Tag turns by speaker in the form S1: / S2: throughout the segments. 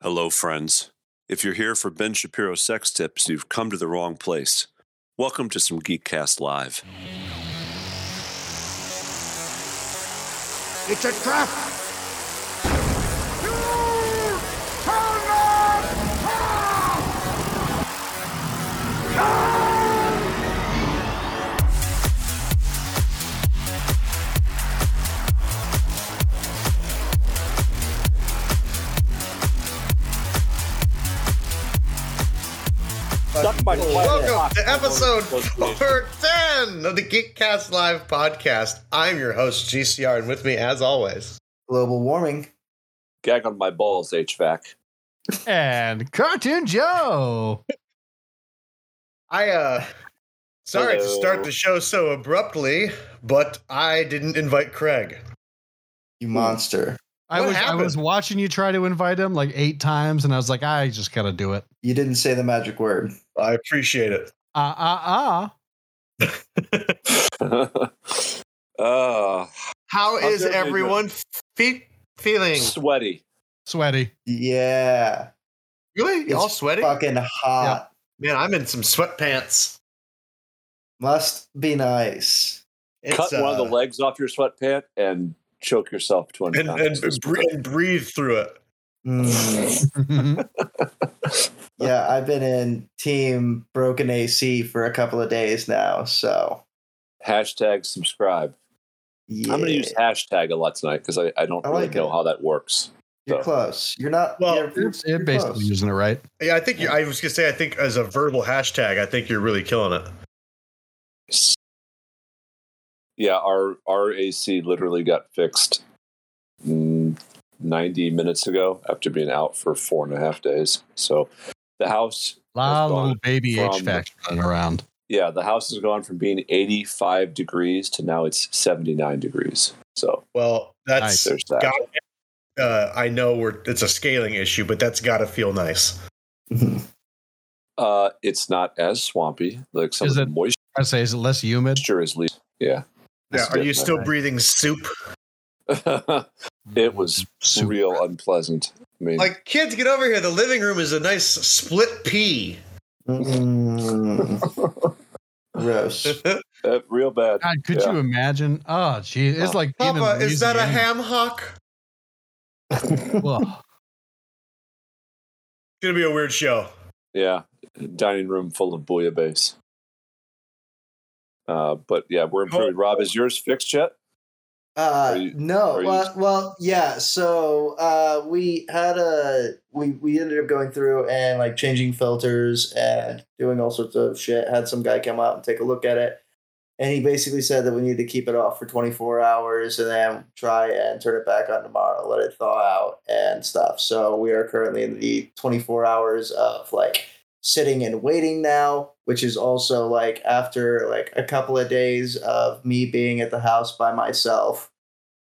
S1: Hello, friends. If you're here for Ben Shapiro sex tips, you've come to the wrong place. Welcome to some Geekcast Live.
S2: It's a trap!
S3: Welcome to episode 410 of the Geekcast Live podcast. I'm your host, GCR, and with me, as always,
S4: global warming.
S5: Gag on my balls, HVAC.
S6: and Cartoon Joe.
S3: I, uh, sorry to
S5: Hello.
S3: start the show so abruptly, but I didn't invite Craig.
S4: You monster.
S6: I
S3: What
S6: was
S3: happened?
S6: I was watching you try to invite him like eight times, and I was like, I just gotta do it.
S4: You didn't say the magic word.
S3: I appreciate it.
S6: Ah ah ah.
S5: uh,
S2: How
S5: I'm
S2: is
S5: doing good,
S2: everyone fe- feeling?
S5: sweaty.
S6: Sweaty.
S4: Yeah.
S2: Really? Y'all
S4: It's
S2: sweaty?
S4: Fucking hot.
S3: Man, I'm in some sweatpants.
S4: Must be nice.
S3: It's,
S5: Cut one of the
S3: uh,
S5: legs off your sweatpant and choke yourself to
S3: and, and,
S5: unconsciousness.
S3: bre- and breathe through it.
S4: Mm.
S6: Mhm.
S4: yeah, I've been in team broken AC for a couple of days now. So
S5: hashtag subscribe.
S4: yeah.
S5: I'm going to use hashtag a lot tonight because I, I don't
S4: I
S5: really
S4: like
S5: know
S4: it.
S5: how that works.
S4: You're close. You're not.
S3: Well,
S4: you're,
S6: You're,
S4: you're
S6: you're basically
S4: close.
S6: using it right.
S3: Yeah, I think you I was gonna say, I think as a verbal hashtag, I think you're really killing it.
S5: Yeah, our, our AC literally got fixed mm, 90 minutes ago after being out for four and a half days. So the house
S6: La
S5: That's
S6: little
S5: gone
S6: baby
S5: from-
S6: HVAC running around.
S5: yeah, the house has gone from being 85 degrees to now it's 79 degrees. So
S3: Well, that's
S6: Nice.
S5: there's that.
S3: Got it. uh, I know we're it's a scaling issue, but that's got to feel nice.
S4: Mhm.
S5: Uh, it's not as swampy. Like some
S6: Is
S5: of
S6: it-
S5: the moisture
S6: I say, is it less humid?
S5: is least. Yeah.
S3: Yeah,
S5: It's
S3: are you
S5: different.
S3: still breathing soup?
S5: it was
S6: Super.
S5: real unpleasant. I mean,
S3: Like, kids, get over here. The living room is a nice split pea.
S4: Mm. Gross.
S5: uh, real bad.
S6: God, could
S5: Yeah.
S6: you imagine? Oh, gee, it's like being in
S3: Papa, is that a
S6: Louisiana.
S3: ham hock?
S6: Ugh.
S3: It's gonna be a weird show.
S5: Yeah, dining room full of bouillabaisse. Uh, but yeah, we're improving. Rob, is yours fixed yet?
S4: Uh,
S5: Are you-
S4: no,
S5: are you-
S4: well, well, yeah. So uh, we had a we we ended up going through and like changing filters and doing all sorts of shit. Had some guy come out and take a look at it, and he basically said that we need to keep it off for 24 hours and then try and turn it back on tomorrow, let it thaw out and stuff. So we are currently in the 24 hours of like sitting and waiting now, which is also like after like a couple of days of me being at the house by myself,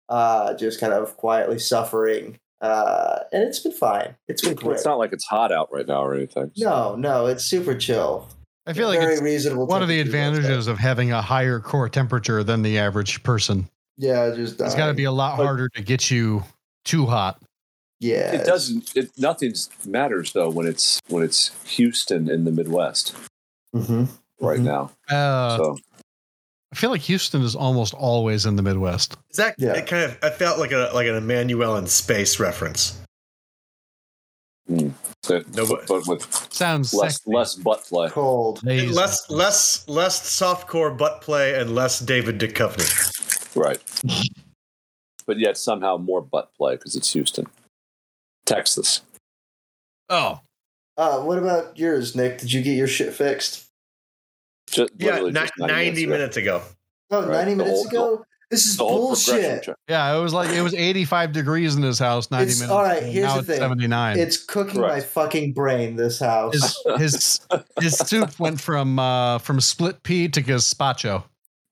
S4: uh, just kind of quietly suffering. Uh, and it's been fine. It's been great.
S5: It's not like it's hot out right now or anything.
S4: no, no, it's super chill.
S6: I feel like
S4: very
S6: it's
S4: reasonable.
S6: one of the
S4: temperature outside.
S6: advantages of having a higher core temperature than the average person.
S4: Yeah, just
S6: It's got to
S4: dying.
S6: be a lot
S5: But-
S6: harder to get you too hot.
S4: Yeah,
S5: It doesn't. It, nothing matters though when it's when it's Houston in the Midwest
S4: hmm
S5: right
S4: Mhm.
S5: now.
S6: Uh,
S5: so
S6: I feel like Houston is almost always in the Midwest.
S3: Is that
S4: Yeah.
S3: it kind of? I felt like a like an Emmanuel in space reference.
S5: but-
S3: No, but-
S5: but with
S6: Sounds
S5: less
S6: sexy.
S5: less butt play.
S4: Cold.
S6: Lazy.
S3: Less less less softcore butt play and less David Duchovny.
S5: Right. But yet somehow more butt play because it's Houston, Texas.
S6: Oh,
S4: Uh, what about yours, Nick? Did you get your shit fixed?
S5: Just,
S3: Yeah,
S5: literally
S3: ni-
S5: just
S3: 90, minutes ago.
S4: Oh,
S5: Right,
S4: 90
S5: the
S4: minutes
S5: whole-
S4: ago. this is
S5: The whole progression
S4: bullshit.
S5: check.
S6: yeah. It was like it was 85 degrees in this house 90
S4: It's-
S6: minutes.
S4: all right,
S6: ago,
S4: here's
S6: now
S4: the
S6: it's
S4: thing.
S6: 79.
S4: It's cooking my
S5: Correct.
S4: fucking brain. This house.
S6: his his his soup went from uh from split pea to gazpacho.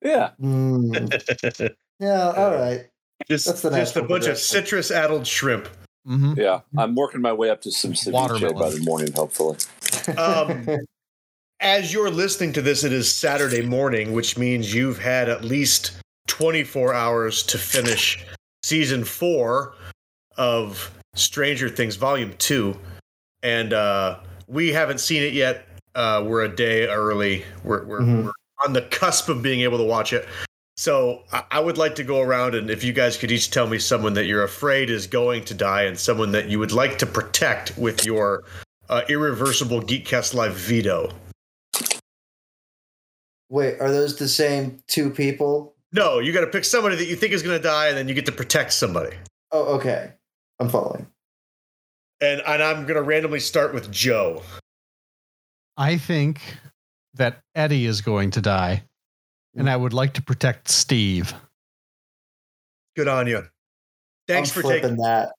S5: Yeah.
S4: Mm. Yeah. All right.
S3: Just
S4: That's the
S3: just a
S4: natural
S3: bunch of
S4: progression.
S3: citrus addled shrimp.
S6: Mm-hmm.
S5: Yeah. I'm working my way up to some ceviche
S6: Watermelon.
S5: by the morning, hopefully.
S3: Um, as you're listening to this, it is Saturday morning, which means you've had at least 24 hours to finish season four of Stranger Things Volume 2. and uh, we haven't seen it yet. Uh, we're a day early. We're we're,
S4: Mhm.
S3: we're on the cusp of being able to watch it. So I, I would like to go around and if you guys could each tell me someone that you're afraid is going to die and someone that you would like to protect with your uh, irreversible Geekcast Live veto.
S4: Wait, are those the same two people?
S3: No, you got to pick somebody that you think is going to die, and then you get to protect somebody.
S4: Oh, okay. I'm following.
S3: And and I'm going to randomly start with Joe.
S6: I think that Eddie is going to die, and I would like to protect Steve.
S3: Good on you. Thanks
S4: I'm
S3: for
S4: flipping
S3: taking.
S4: that.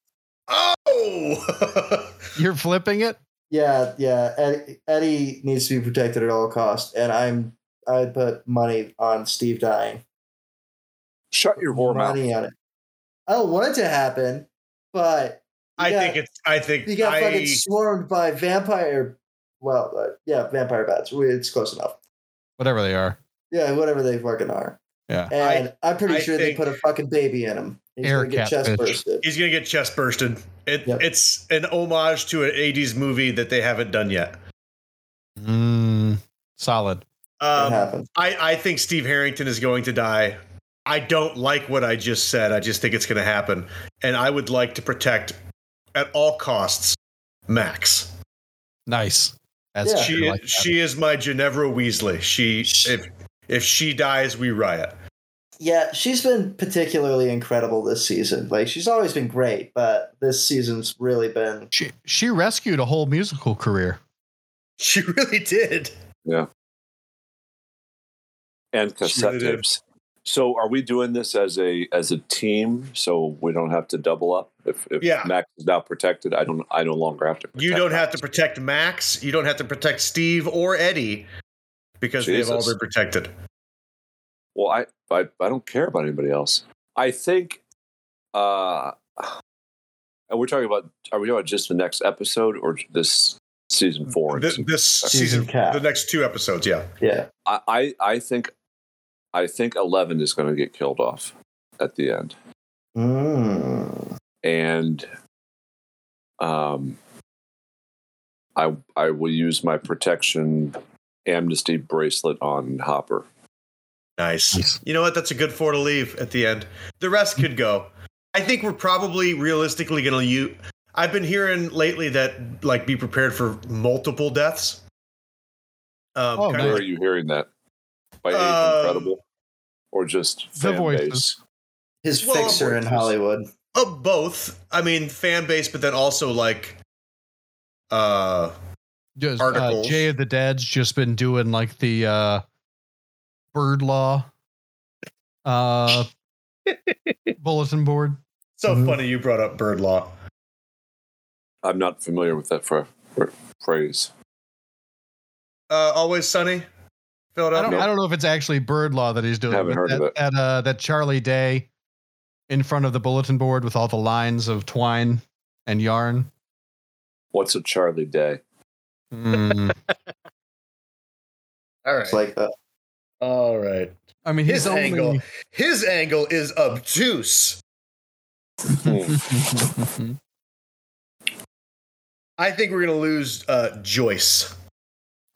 S3: Oh,
S6: You're flipping it.
S4: Yeah, yeah. Eddie, Eddie needs to be protected at all costs, and I'm I put money on Steve dying.
S5: Shut your whore mouth.
S4: money on it. I don't want it to happen, but you
S3: I
S4: got-
S3: think it's. I think
S4: you got
S3: I,
S4: fucking swarmed by vampire. Well, uh, yeah, vampire bats. We- It's close enough.
S6: Whatever they are.
S4: Yeah, whatever they fucking are.
S6: Yeah.
S4: And I, am pretty
S3: I
S4: sure
S3: think-
S4: they put a fucking baby in him. He's
S6: Air
S4: gonna get
S6: cat
S4: chest
S6: bitch.
S4: bursted.
S3: he's gonna get chest bursted. It,
S4: Yep.
S3: It's an homage to an '80s movie that they haven't done yet.
S6: Mm, solid.
S4: It
S3: Um,
S4: happens.
S3: I, I think Steve Harrington is going to die. I don't like what I just said. I just think it's going to happen. And I would like to protect at all costs Max.
S6: Nice. That's
S4: Yeah.
S3: she
S6: I like that.
S3: she is my Ginevra Weasley. She if if she dies, we riot.
S4: Yeah, she's been particularly incredible this season. Like she's always been great, but this season's really been
S6: she she rescued a whole musical career.
S3: She really did.
S5: and cassette
S1: Really did.
S5: tapes. So are we doing this as a as a team so we don't have to double up? If, if
S3: Yeah.
S5: Max is now protected, I don't I no longer have to protect
S3: You don't have
S5: Max.
S3: to protect Max. You don't have to protect Steve or Eddie because they've all
S5: Jesus.
S3: been protected.
S5: Well, I, I I don't care about anybody else. I think uh and we're talking about are we talking about just the next episode or this season four?
S3: This, this
S4: Season
S3: season,
S4: cap.
S3: the next two episodes, yeah.
S4: yeah.
S5: I, I I think I think eleven is gonna get killed off at the end.
S4: Mm.
S5: and um, I I will use my protection amnesty bracelet on Hopper.
S3: Nice.
S6: Nice.
S3: You know what? That's a good four to leave at the end. The rest could go. I think we're probably realistically going to use. I've been hearing lately that like be prepared for multiple deaths. Um,
S6: Oh,
S3: kind
S5: Where
S3: of-
S5: are you hearing that? By Agent
S3: Um,
S5: Incredible, or just
S6: Uh, The
S5: fan
S6: voices.
S5: base?
S4: His
S3: Well,
S4: fixer in Hollywood.
S3: of both. I mean, fan base, but then also like, uh,
S6: Just, uh,
S3: Articles.
S6: Jay of the Dead's just been doing like the uh, bird law uh, bulletin board.
S3: so
S6: Mm-hmm.
S4: Mhm.
S3: funny you brought up bird law.
S5: I'm not familiar with that fra- fra- phrase.
S3: Uh, always sunny,
S6: I don't,
S3: Philadelphia.
S6: I don't know if it's actually bird law that he's doing.
S5: Haven't
S6: but
S5: heard
S6: that,
S5: of it.
S6: That, uh, that Charlie Day in front of the bulletin board with all the lines of twine and yarn.
S5: What's a Charlie Day?
S6: Hmm.
S3: All
S4: It's like that.
S3: All right.
S6: I mean,
S3: His
S6: he's only,
S3: angle. His angle is obtuse. I think we're gonna lose uh, Joyce.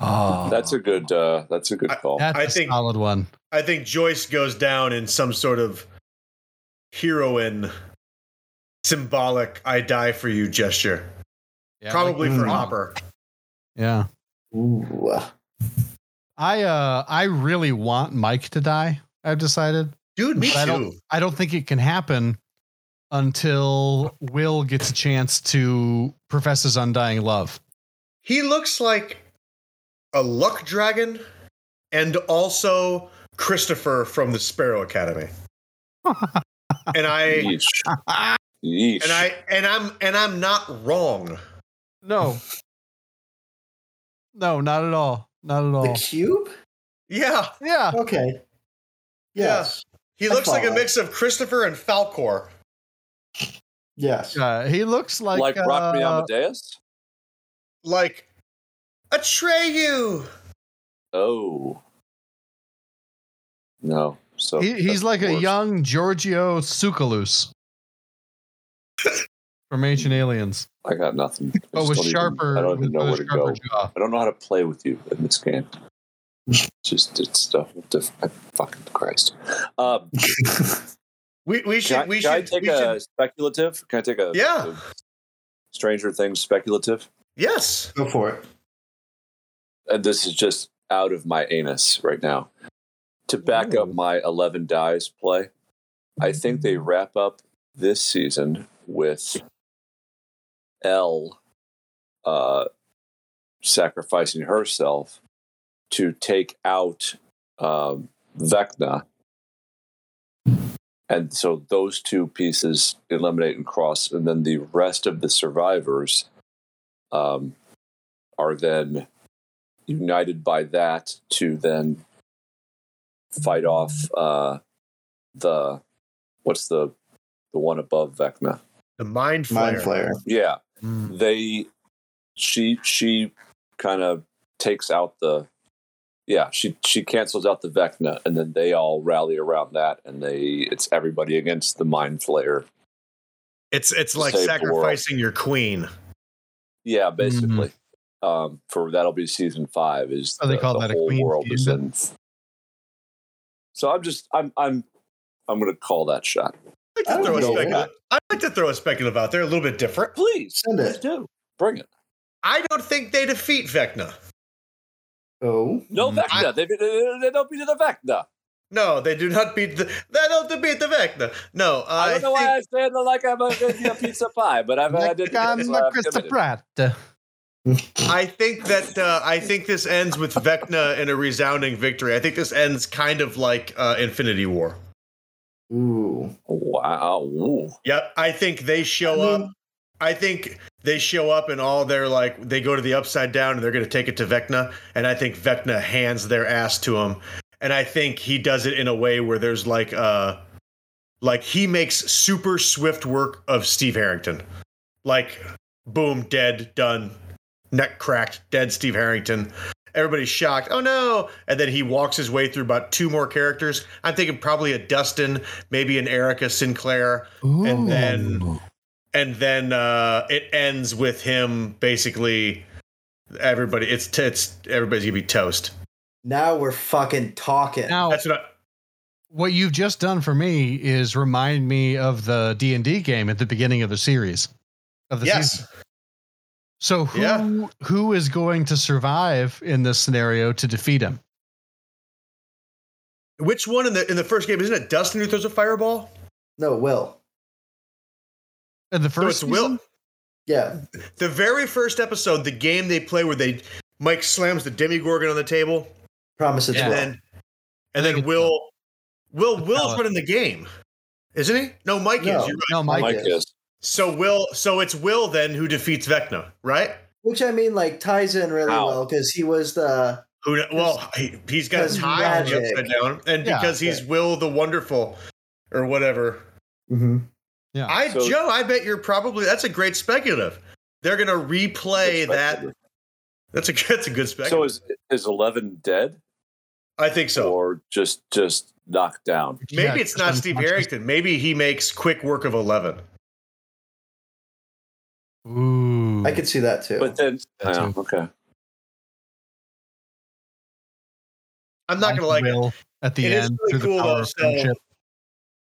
S6: oh,
S5: That's a good. Uh, that's a good
S3: I-
S5: call.
S6: that's
S3: I
S6: a
S3: think-
S6: solid one.
S3: I think Joyce goes down in some sort of heroine symbolic "I die for you" gesture,
S6: Yeah, I like
S3: probably
S6: that Mm.
S3: for
S6: one.
S3: Hopper.
S6: Yeah.
S4: Ooh.
S6: I uh I really want Mike to die. I've decided.
S3: Dude, me
S6: But I
S3: too.
S6: don't I don't think it can happen until Will gets a chance to profess his undying love.
S3: He looks like a luck dragon, and also Christopher from the Sparrow Academy. and I
S5: Yeesh. Yeesh.
S3: and I and I'm and I'm not wrong.
S6: No. No, not at all. Not at
S4: The
S6: all.
S4: cube?
S3: Yeah,
S6: Yeah.
S4: Okay.
S3: Yeah.
S4: Yes.
S3: he
S4: I
S3: looks like a
S4: follow.
S3: mix of Christopher and Falcor.
S4: Yes.
S6: Uh, he looks like
S5: like Rock Me
S6: uh,
S5: Amadeus.
S3: like Atreyu.
S5: Oh. No. So
S6: he,
S5: that's
S6: he's like a
S5: worse.
S6: young Giorgio Tsoukalos from Ancient Aliens.
S5: I got nothing. I
S6: But
S5: just
S6: with
S5: don't even-
S6: Oh, sharper,
S5: I don't even
S6: with
S5: know
S6: a
S5: where to
S6: sharper
S5: go.
S6: jaw.
S5: I don't know how to play with you in this game. It's just it's stuff. diff- Fucking Christ. Um,
S3: We we
S5: can I,
S3: should we
S5: can I
S3: should,
S5: take
S3: we
S5: a
S3: should
S5: speculative? Can I take a
S3: Yeah.
S5: Stranger Things speculative?
S3: yes.
S2: Go for it.
S5: and Uh, this is just out of my anus right now. To back up my 11 dies play, I think they wrap up this season with L uh, sacrificing herself to take out um, Vecna. And so those two pieces eliminate and cross, and then the rest of the survivors um, are then united by that to then fight off uh the what's the the one above Vecna.
S3: The mind flare.
S4: Mind flare.
S5: Yeah.
S6: Hmm.
S3: Mm.
S5: They she she kind of takes out the yeah, she she cancels out the Vecna and then they all rally around that and they it's everybody against the mind flayer.
S3: It's it's like
S5: Save the world.
S3: sacrificing your queen.
S5: Yeah,
S6: Mm-hmm.
S5: basically. Um for that'll be season five is
S6: Oh, they call that a
S5: whole
S6: queen
S5: world is
S6: season?
S5: in so I'm just I'm I'm I'm gonna call that shot.
S3: I'd
S4: I
S3: like, to
S4: don't
S3: throw a
S4: know.
S3: specula- I'd like to throw a speculative out there, a little bit different.
S5: Please,
S4: Send
S5: please
S4: it.
S5: do. Bring it.
S3: I don't think they defeat Vecna.
S4: Oh.
S5: No
S6: Mm,
S5: Vecna. they, they, they don't beat the Vecna.
S3: No, they do not beat the. They don't beat the Vecna. No,
S5: I,
S3: I,
S5: don't know
S3: think,
S5: why I stand like I'm a, a pizza pie, but I've, I did.
S6: I'm not Krista Pratt.
S3: I think that uh, I think this ends with Vecna in a resounding victory. I think this ends kind of like uh, Infinity War.
S4: Ooh.
S5: Wow. Ooh.
S3: Yep, I think they show
S4: I mean-
S3: up. I think they show up and all they're like they go to the upside down and they're going to take it to Vecna and I think Vecna hands their ass to him and I think he does it in a way where there's like uh like he makes super swift work of Steve Harrington. Like boom dead done neck cracked dead Steve Harrington. Everybody's shocked. Oh no. And then he walks his way through about two more characters. I'm thinking probably a Dustin, maybe an Erica Sinclair, and then and then uh, it ends with him basically everybody it's t- it's everybody's gonna be toast.
S4: Now we're fucking talking.
S6: Now,
S3: That's what I,
S6: what you've just done for me is remind me of the D and D game at the beginning of the series of the
S3: yes,
S6: season. So who
S3: Yeah.
S6: who is going to survive in this scenario to defeat him?
S3: which one in the in the first game isn't it Dustin who throws a fireball?
S4: No, Will.
S6: In the
S3: So
S6: first
S3: it's Will.
S6: season?
S4: Yeah.
S3: The very first episode, the game they play where they Mike slams the Demigorgon on the table,
S4: Promise it's
S6: Yeah.
S3: and
S4: Will.
S3: then
S6: think
S3: and then
S6: it's
S3: Will Will Will's
S6: Alex.
S3: running the game, isn't he? No, Mike
S4: No.
S3: is. You're right.
S6: No, Mike.
S5: Mike
S4: is.
S5: is.
S3: So Will, so it's Will then who defeats Vecna, right?
S4: Which I mean, like, ties in really
S5: Ow.
S4: well because he was the.
S3: Who kn- well, he, he's got
S4: because
S3: his high on the
S4: magic.
S3: upside down, and
S6: Yeah.
S3: because he's Will the Wonderful or whatever.
S6: Mm-hmm.
S4: Mhm.
S3: I
S5: So-
S3: Joe, I bet you're probably that's a great speculative. They're gonna replay that. That's a that's a good
S5: So
S3: speculative.
S5: is is eleven dead
S3: I think so.
S5: or just just knocked down?
S3: Maybe
S6: Yeah,
S3: it's not
S6: just
S3: Steve
S6: unconscious.
S3: Harrington. Maybe he makes quick work of eleven.
S6: Ooh.
S4: I could see that too.
S5: But then,
S6: That's
S5: oh,
S6: him.
S5: okay.
S3: I'm not gonna like it.
S6: Will at the
S3: It is
S6: end
S3: really
S6: through
S3: cool,
S6: the power
S3: though,
S6: of
S3: so-
S6: friendship.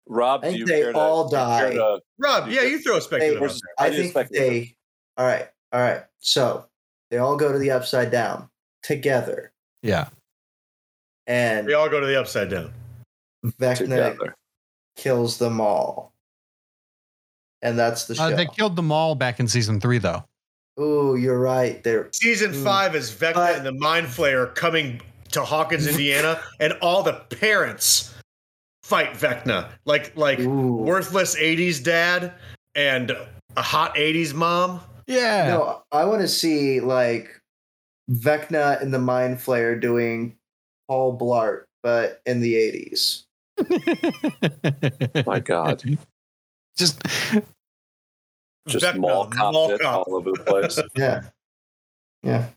S5: Rob,
S4: I
S5: do
S4: think
S5: you
S4: they
S5: care to,
S4: all
S5: do you care
S4: die.
S5: to-
S3: Rob, yeah, you throw a speculative.
S4: Hey,
S3: out
S4: I
S5: do you
S4: think
S5: speculative?
S4: they. All right. All right. So they all go to the upside down together,
S6: Yeah.
S3: there.
S4: and
S3: They all go to the upside down.
S4: Vecna
S5: together.
S4: kills them all. And that's the show.
S6: Uh, they killed them all back in season three, though.
S4: Ooh, you're right. They're
S3: Season
S6: Hmm.
S4: Mm.
S3: five is Vecna
S4: But-
S3: and the Mind Flayer coming to Hawkins, Indiana, and all the parents fight Vecna. Like like
S4: ooh.
S3: worthless 80s dad and a hot 80s mom.
S6: Yeah.
S4: No, I want to see like Vecna and the Mind Flayer doing Paul Blart, but in the '80s.
S5: My God,
S6: Just
S5: just
S3: Vecna,
S5: mall copped
S3: mall
S5: it
S3: cop.
S5: all over the place.
S4: Yeah, yeah,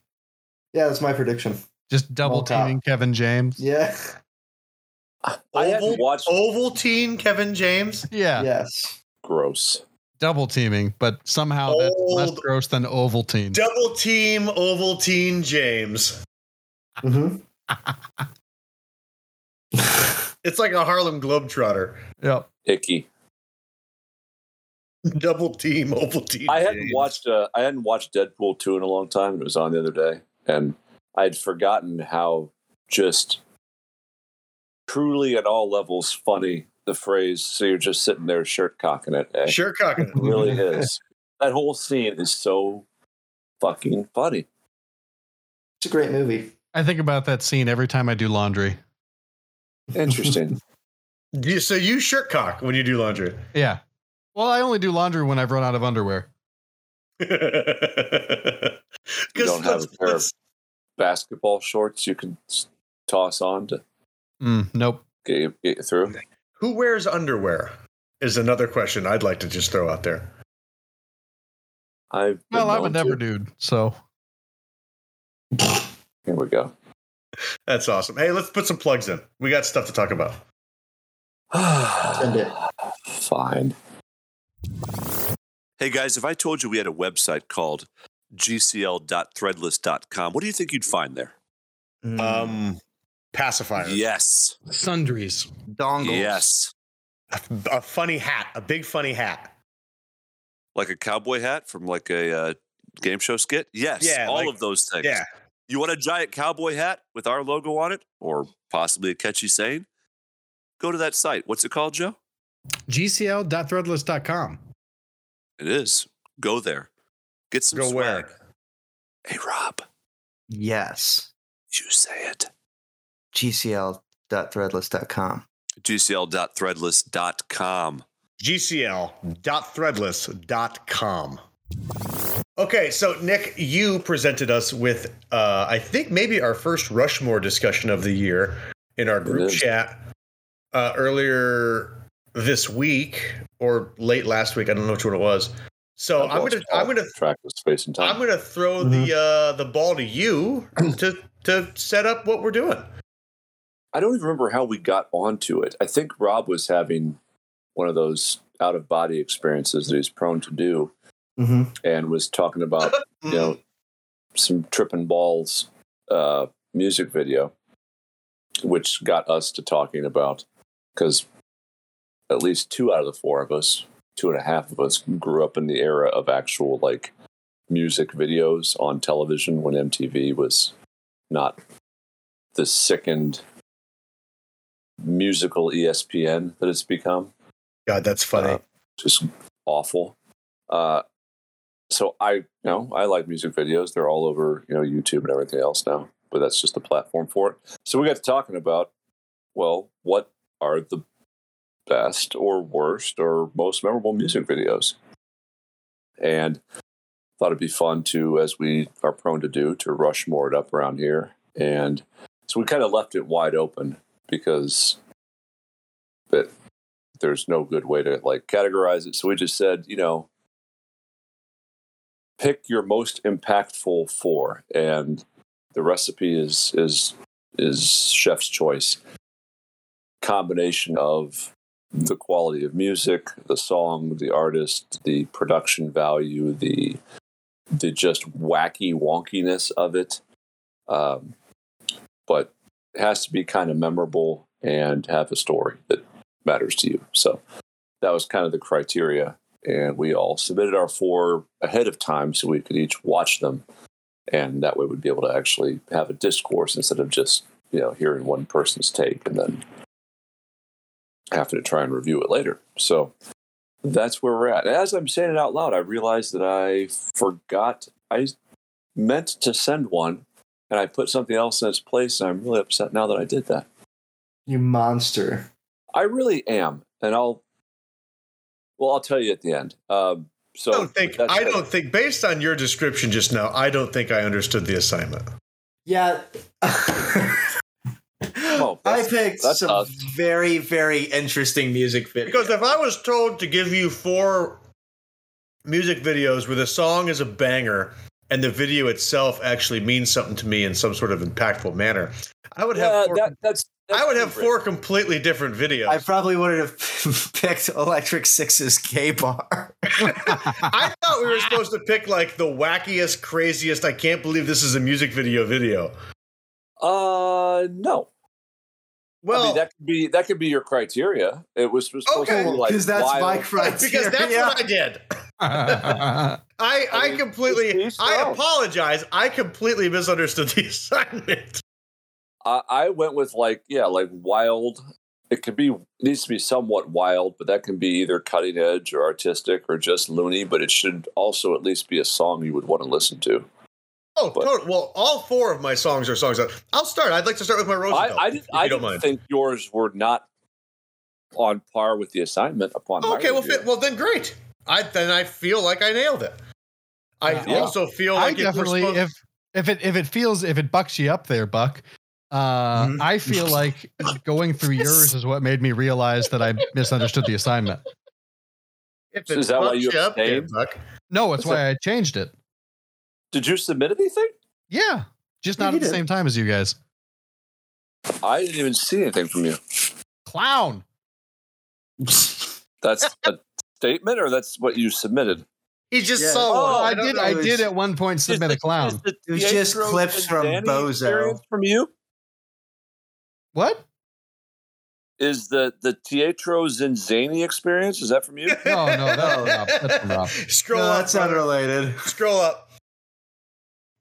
S4: yeah. That's my prediction.
S6: just double
S4: Mall cop.
S6: teaming Kevin James.
S4: Yeah.
S5: I hadn't
S3: Oval-
S5: watched.
S3: Ovaltine Kevin James.
S6: Yeah.
S4: Yes.
S5: Gross.
S6: double teaming, but somehow that's less
S3: Old-
S6: gross than Ovaltine.
S3: Double team Ovaltine James.
S4: Mm-hmm.
S3: It's like a Harlem Globetrotter.
S6: Yep.
S5: Icky.
S3: Double team Ovaltine.
S5: I hadn't
S3: James.
S5: watched uh, I hadn't watched Deadpool two in a long time. It was on the other day, and I'd forgotten how just truly at all levels funny the phrase. So you're just sitting there shirt cocking it. eh?
S3: Sure, cocking.
S5: It really is. That whole scene is so fucking funny.
S4: It's a great movie.
S6: I think about that scene every time I do laundry.
S5: Interesting.
S3: You- So you shirt cock when you do laundry.
S6: Yeah. Well, I only do laundry when I've run out of underwear.
S5: You
S3: Because
S5: don't have a pair of basketball shorts you can s- toss on to
S6: Mm, nope.
S5: get you, get you through.
S3: who wears underwear is another question I'd like to just throw out there.
S5: I've been
S6: Well, I'm a
S5: known to.
S6: never dude, so
S5: Here we go.
S3: That's awesome. Hey, let's put some plugs in. We got stuff to talk about.
S4: Send it.
S5: Fine.
S1: Hey guys, if I told you we had a website called gcl.threadless.com, what do you think you'd find there?
S2: Mm.
S5: Mm.
S3: Um, pacifier.
S1: Yes.
S7: Sundries.
S2: Dongles.
S1: Yes.
S3: A, a funny hat. A big funny hat.
S1: Like a cowboy hat from like a uh, game show skit? Yes.
S3: Yeah,
S1: all
S3: like-
S1: of those things.
S3: Yeah.
S1: You want a giant cowboy hat with our logo on it or possibly a catchy saying? Go to that site. What's it called, Joe?
S7: GCL.threadless.com.
S1: It is. Go there. Get some
S3: Go
S1: swag.
S3: where?
S1: Hey, Rob,
S2: Yes.
S1: you say it.
S4: GCL.threadless.com.
S1: gcl.threadless.com.
S3: gcl.threadless.com. Okay, so Nick, you presented us with, uh, I think, maybe our first Rushmore discussion of the year in our group
S5: is.
S3: chat uh, earlier this week or late last week. I don't know which one it was. So
S5: I've
S3: I'm
S5: lost
S3: gonna,
S5: all
S3: I'm gonna,
S5: track of space and time.
S3: I'm gonna throw the uh, the ball to you to to set up what we're doing.
S5: I don't even remember how we got onto it. I think Rob was having one of those out of body experiences that he's prone to do
S4: Mm-hmm.
S5: and was talking about, you know, some tripping balls uh, music video, which got us to talking about because at least two out of the four of us, two and a half of us, grew up in the era of actual like music videos on television when MTV was not the sickened musical E ESPN that it's become
S3: God, that's funny.
S5: Uh, just awful. Uh, so I, you know, I like music videos. They're all over, you know, YouTube and everything else now. But that's just the platform for it. So we got to talking about, well, what are the best or worst or most memorable music videos? And thought it'd be fun to, as we are prone to do, to rush more it up around here. And so we kind of left it wide open because that there's no good way to like categorize it. So we just said, you know, pick your most impactful four, and the recipe is is is chef's choice. Combination of the quality of music, the song, the artist, the production value, the the just wacky wonkiness of it. Um, but it has to be kind of memorable and have a story that matters to you. So that was kind of the criteria. And we all submitted our four ahead of time so we could each watch them. And that way we'd be able to actually have a discourse instead of just, you know, hearing one person's take and then having to try and review it later. So that's where we're at. As I'm saying it out loud, I realized that I forgot, I meant to send one and I put something else in its place. And I'm really upset now that I did that.
S4: You monster.
S5: I really am, and I'll. Well, I'll tell you at the end. Um, so
S3: I don't think
S5: that's
S3: I
S5: it.
S3: don't think based on your description just now, I don't think I understood the assignment.
S4: Yeah. I
S5: that's-
S4: picked
S5: that's
S4: some
S5: us.
S4: very, very interesting music videos.
S3: Because if I was told to give you four music videos where the song is a banger and the video itself actually means something to me in some sort of impactful manner, I would have
S5: Yeah,
S3: four
S5: that, that's
S3: I would have four completely different videos.
S4: I probably wouldn't have picked Electric Six's K Bar.
S3: I thought we were supposed to pick like the wackiest, craziest. I can't believe this is a music video video.
S5: Uh, no.
S3: Well,
S5: I mean, that could be that could be your criteria. It was supposed
S3: Okay.
S5: to be like
S4: Because that's
S5: wild.
S4: my criteria.
S3: because that's what I did. I,
S5: I
S3: I,
S5: mean,
S3: completely.
S5: it's- it's
S3: I
S5: wrong.
S3: apologize. I completely misunderstood the assignment.
S5: I, I went with like yeah, like wild. It could be needs to be somewhat wild, but that can be either cutting edge or artistic or just loony. But it should also at least be a song you would want to listen to.
S3: Oh,
S5: But-
S3: total, well, all four of my songs are songs. That, I'll start. I'd like to start with my
S5: I,
S3: Roosevelt.
S5: I
S3: if
S5: didn't.
S3: you
S5: I
S3: don't
S5: didn't
S3: mind.
S5: think yours were not on par with the assignment. Upon my
S3: okay, well,
S5: review.
S3: fit, well, then great. I then I feel like I nailed it. I
S6: Uh,
S5: yeah.
S3: also feel
S6: I
S3: like if we're
S6: definitely
S3: supposed-
S6: if if it if it feels if it bucks you up there, Buck. Uh,
S3: Mhm.
S6: I feel like going through yours is what made me realize that I misunderstood the assignment.
S3: if
S5: Is that why
S3: fucks
S5: you
S3: up,
S5: abstained?
S3: yeah, Buck.
S6: No, it's
S5: What's
S6: why I changed it.
S5: did you submit anything?
S6: Yeah, just
S4: Yeah,
S6: not
S4: you
S6: at the
S4: did.
S6: same time as you guys.
S5: I didn't even see anything from you.
S6: Clown.
S5: That's a statement, or that's what you submitted.
S3: He just
S4: Yeah.
S3: saw
S4: Oh,
S3: one.
S6: Oh, I,
S3: don't
S6: did.
S3: know.
S6: I
S4: it was-
S6: did at one point submit a clown.
S4: It was just
S5: Pietro
S4: clips from
S5: Danny
S4: Bozo.
S5: experience From you
S6: What?
S5: is the the Teatro Zanzani experience? Is that from you?
S6: No, no, that's from Rob. That's from Rob.
S3: Scroll
S4: no,
S3: up.
S4: that's not
S3: brother.
S4: related.
S3: Scroll up.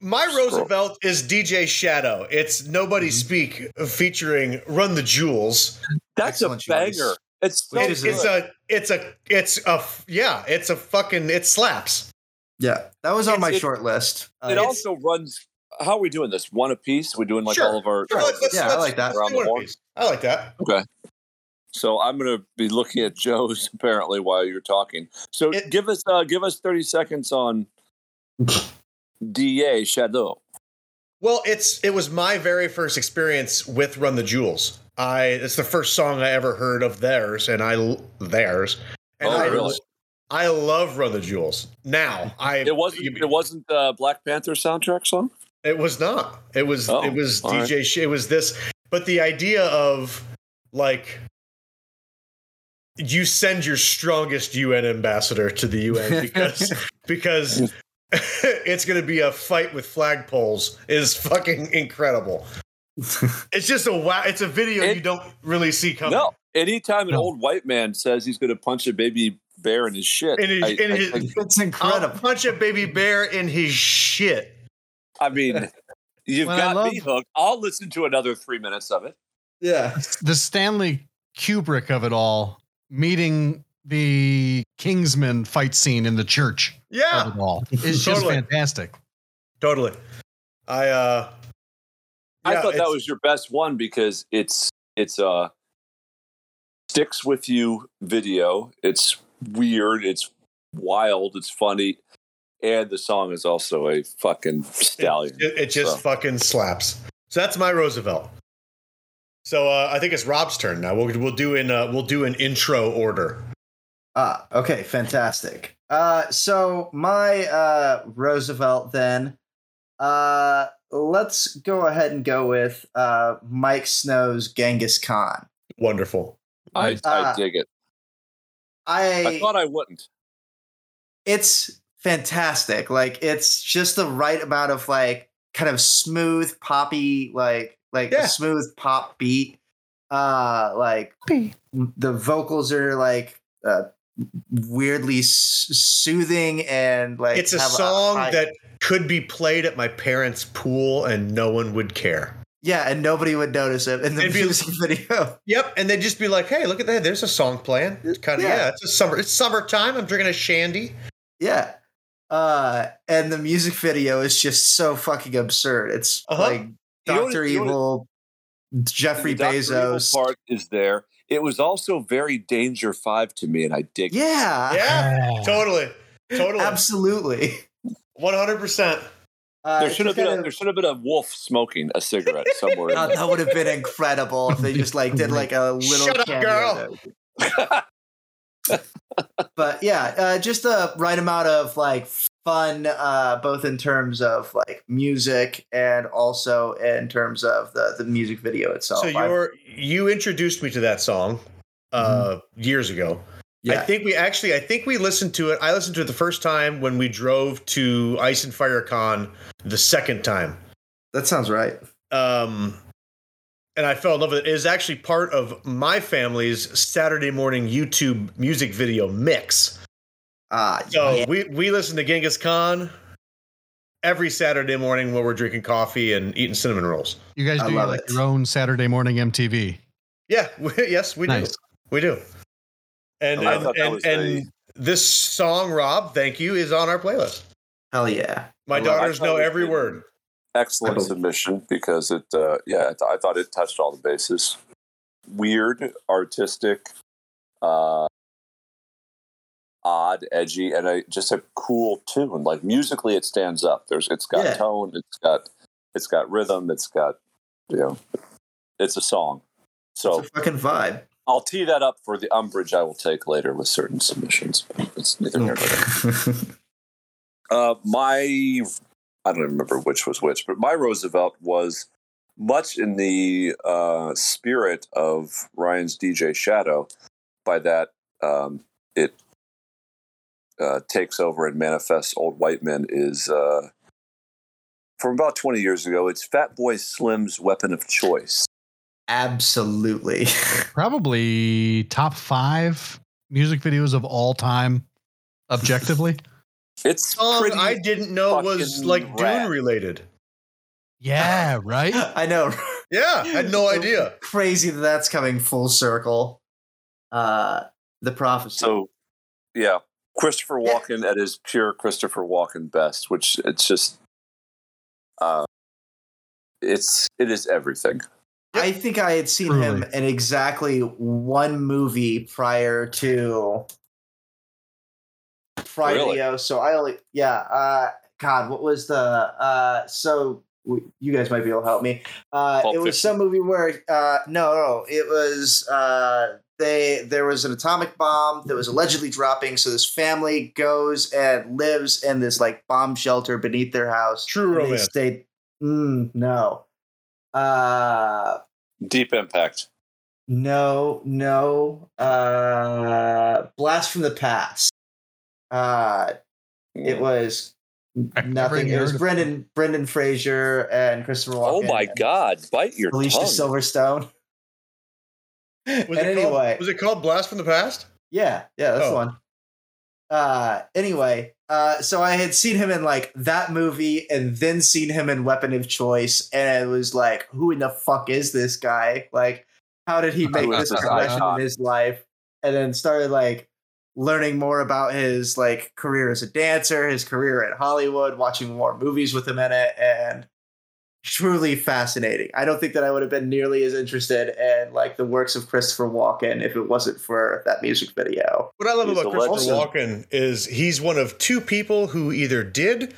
S3: My
S5: Scroll.
S3: Roosevelt is DJ Shadow. It's Nobody
S4: Mm-hmm.
S3: Speak featuring Run the Jewels.
S5: That's a
S4: Excellent
S5: banger.
S4: choice.
S5: It's so
S4: Which
S3: It-
S4: is uh,
S5: good.
S3: it's a it's a it's a f- yeah, it's a fucking it slaps.
S4: Yeah, that was on
S5: It's-
S4: my
S5: it-
S4: short list.
S5: it
S4: Uh,
S5: also runs. How are we doing this? One apiece? We're doing like
S3: Sure,
S5: all of our.
S3: Sure, let's- let's-
S4: Yeah, I
S3: let's-
S4: like that.
S3: let's do
S5: Around the
S3: one of
S5: horn.
S3: these. I like that.
S5: So I'm going to be looking at Joe's apparently while you're talking. So
S3: It-
S5: give us uh, give us 30 seconds on Da Shadow.
S3: Well, it's it was my very first experience with Run the Jewels. I it's the first song I ever heard of theirs, and I l- theirs. And
S5: Oh,
S3: I,
S5: really?
S3: I love Run the Jewels. Now I
S5: It wasn't
S3: you-
S5: it wasn't the Black Panther soundtrack song.
S3: It was not. It was
S5: Oh,
S3: it was
S5: all
S3: DJ. Sh- It was this. But the idea of like you send your strongest UN ambassador to the UN because because it's going to be a fight with flagpoles is fucking incredible. It's just a wow. It's a video
S5: It-
S3: you don't really see coming.
S5: No, anytime an
S6: No.
S5: old white man says he's going to punch a baby bear in his shit,
S3: In his-
S5: I,
S3: in
S5: I
S3: his-
S5: think-
S4: it's
S3: I'll
S4: incredible.
S3: punch a baby bear in his shit.
S5: I mean, you've
S6: When I
S5: got me
S6: love-
S5: hooked. I'll listen to another three minutes of it.
S4: Yeah,
S6: the Stanley Kubrick of it all, meeting the Kingsman fight scene in the church
S3: Yeah,
S6: of it all is just
S3: Totally.
S6: fantastic.
S3: totally. I uh,
S5: I
S3: yeah,
S5: thought that
S3: it's-
S5: was your best one because it's it's uh sticks with you video. It's weird. It's wild. It's funny, and the song is also a fucking stallion.
S3: It, it just
S5: So-
S3: fucking slaps. So that's my Roosevelt. So uh, I think it's Rob's turn now. We'll we'll do in uh, we'll do an intro order.
S4: Ah, okay, fantastic. Uh, so my uh, Roosevelt then. Uh, let's go ahead and go with uh, Mike Snow's Genghis Khan.
S3: Wonderful.
S5: I, I
S4: Ah.
S5: dig it.
S4: I,
S5: I thought I wouldn't.
S4: it's fantastic. Like it's just the right amount of like kind of smooth poppy, like like
S3: Yeah.
S4: a smooth pop beat. Uh, like the vocals are like uh, weirdly s- soothing and like
S3: It's a
S4: have
S3: song
S4: high-
S3: that could be played at my parents' pool and no one would care.
S4: Yeah, and nobody would notice it in the
S3: It'd be-
S4: music video.
S3: Yep, and they'd just be like, "Hey, look at that! There's a song playing." It's kind of yeah.
S4: Yeah.
S3: It's a summer. It's summertime. I'm drinking a shandy.
S4: yeah. Uh, and the music video is just so fucking absurd. It's
S3: Uh-huh.
S4: like
S5: You know what-
S4: Doctor
S5: you know what-
S4: Evil, Jeffrey
S5: The Dr. Evil
S4: Bezos.
S5: part is there. It was also very Danger Five to me, and I dig. it.
S4: yeah,
S3: Yeah,
S6: Oh.
S3: totally, totally,
S4: absolutely.
S3: one hundred percent.
S4: Uh,
S5: There
S4: it's
S5: should have
S4: just
S5: been a,
S4: kinda-
S5: there should have been a wolf smoking a cigarette somewhere. in
S4: God,
S5: there.
S4: that would have been incredible if they just like did like a little
S3: Shut up,
S4: cameo
S3: girl.
S4: there. but yeah, uh, just the right amount of like fun, uh, both in terms of like music and also in terms of the the music video itself.
S3: So
S4: I-
S3: you're you introduced me to that song uh, years ago. I
S4: yeah,
S3: think we actually I think we listened to it. I listened to it the first time when we drove to Ice and Fire Con the second time.
S4: that sounds right.
S3: Um and I fell in love with it. It is actually part of my family's Saturday morning YouTube music video mix.
S4: Ah,
S3: So
S4: yeah.
S3: we we listen to Genghis Khan every Saturday morning while we're drinking coffee and eating cinnamon rolls.
S6: You guys
S4: I
S6: do
S4: love
S6: like
S4: it.
S6: your own Saturday morning MTV.
S3: Yeah, we, yes, we
S6: Nice.
S3: do. We do. And
S5: Oh, I
S3: and,
S5: thought that
S3: and,
S5: was
S3: and this song, Rob, thank you, is on our playlist.
S4: hell yeah.
S3: My
S5: Oh, I love-
S3: daughters
S5: I thought
S3: know
S5: it was
S3: every
S5: good.
S3: word.
S5: Excellent
S4: Couple.
S5: submission because it, uh, yeah, I, th- I thought it touched all the bases. Weird, artistic, uh, odd, edgy, and a, just a cool tune. Like musically, it stands up. There's, it's got
S4: Yeah.
S5: tone. It's got, it's got rhythm. It's got, you know, it's a song. So
S4: It's a fucking vibe.
S5: I'll tee that up for the umbrage I will take later with certain submissions. But it's neither here nor there. Uh, my, I don't remember which was which, but my Roosevelt was much in the uh, spirit of Ryan's DJ Shadow. By that, um, it uh, takes over and manifests old white men. Is uh, from about twenty years ago. It's Fat Boy Slim's weapon of choice.
S4: Absolutely.
S6: Probably top five music videos of all time, objectively.
S5: It's
S3: Song
S5: pretty.
S3: Oh, I didn't know was
S5: fucking
S3: like
S5: rad.
S3: Dune related.
S6: yeah, right?
S4: I know.
S3: Yeah, I had no idea.
S4: Crazy that that's coming full circle. Uh, the prophecy.
S5: So, yeah, Christopher Walken at his pure Christopher Walken best, which it's just, uh, it's it is everything.
S4: I think I had seen him
S6: Truly.
S4: in exactly one movie prior to prior
S5: Really?
S4: to Yo, so I only yeah, uh God, what was the uh so w- you guys might be able to help me. Uh
S5: Pulp
S4: it was
S5: Fiction.
S4: some movie where uh no no it was uh they there was an atomic bomb that was allegedly dropping, so this family goes and lives in this like bomb shelter beneath their house.
S3: True
S4: and they
S3: romance.
S4: stay mm, no. Uh
S5: Deep Impact.
S4: no, no. Uh, Blast from the Past. Uh, it was
S6: I've never
S4: nothing.
S6: even
S4: It was
S6: heard of
S4: Brendan Brendan Fraser and Christopher Walken.
S5: oh my
S4: and
S5: God! Bite your
S4: Alicia
S5: tongue.
S4: Silverstone.
S3: Was
S4: and
S3: it
S4: anyway,
S3: called, was it called Blast from the Past?
S4: yeah, yeah, that's
S3: Oh.
S4: the one. Uh, anyway, uh, so I had seen him in like that movie, and then seen him in Weapon of Choice, and it was like, who in the fuck is this guy? Like, how did he
S6: Who
S4: make
S5: is
S4: this
S5: this
S4: progression
S5: icon?
S4: in his life? And then started like learning more about his like career as a dancer, his career at Hollywood, watching more movies with him in it, and truly fascinating. I don't think that I would have been nearly as interested in like the works of Christopher Walken if it wasn't for that music video.
S3: What I love
S5: He's
S3: about
S5: a
S3: Christopher
S5: legend.
S3: Walken is he's one of two people who either did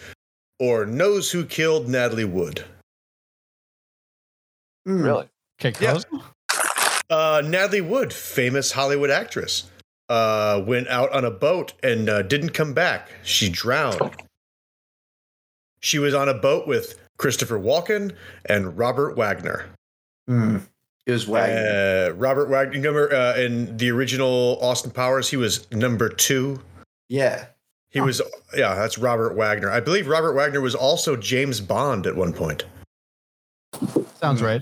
S3: or knows who killed Natalie Wood. Hmm.
S4: Mm.
S5: Really?
S6: Okay,
S3: Yeah.
S6: close.
S3: Uh, Natalie Wood, famous Hollywood actress, uh, went out on a boat and uh, didn't come back. She drowned. She was on a boat with Christopher Walken and Robert Wagner.
S4: Mm. It was wagging.
S3: Uh, Robert Wagner, you remember uh, in the original Austin Powers, he was number two.
S4: yeah.
S3: He was, yeah, that's Robert Wagner. I believe Robert Wagner was also James Bond at one point.
S6: Sounds right.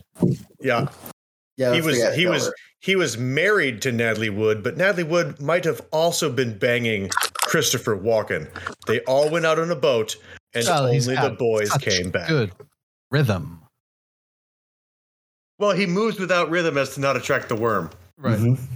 S3: Yeah,
S4: Yeah.
S3: he
S4: that's
S3: was
S4: the guy
S3: he
S4: that
S3: was
S4: killed
S3: he was married to Natalie Wood, but Natalie Wood might have also been banging Christopher Walken. They all went out on a boat, and
S6: Well,
S3: only
S6: he's got
S3: the boys
S6: such
S3: came back.
S6: Good rhythm.
S3: Well, he moves without rhythm as to not attract the worm.
S6: Right.
S3: Mm-hmm.
S4: Mhm.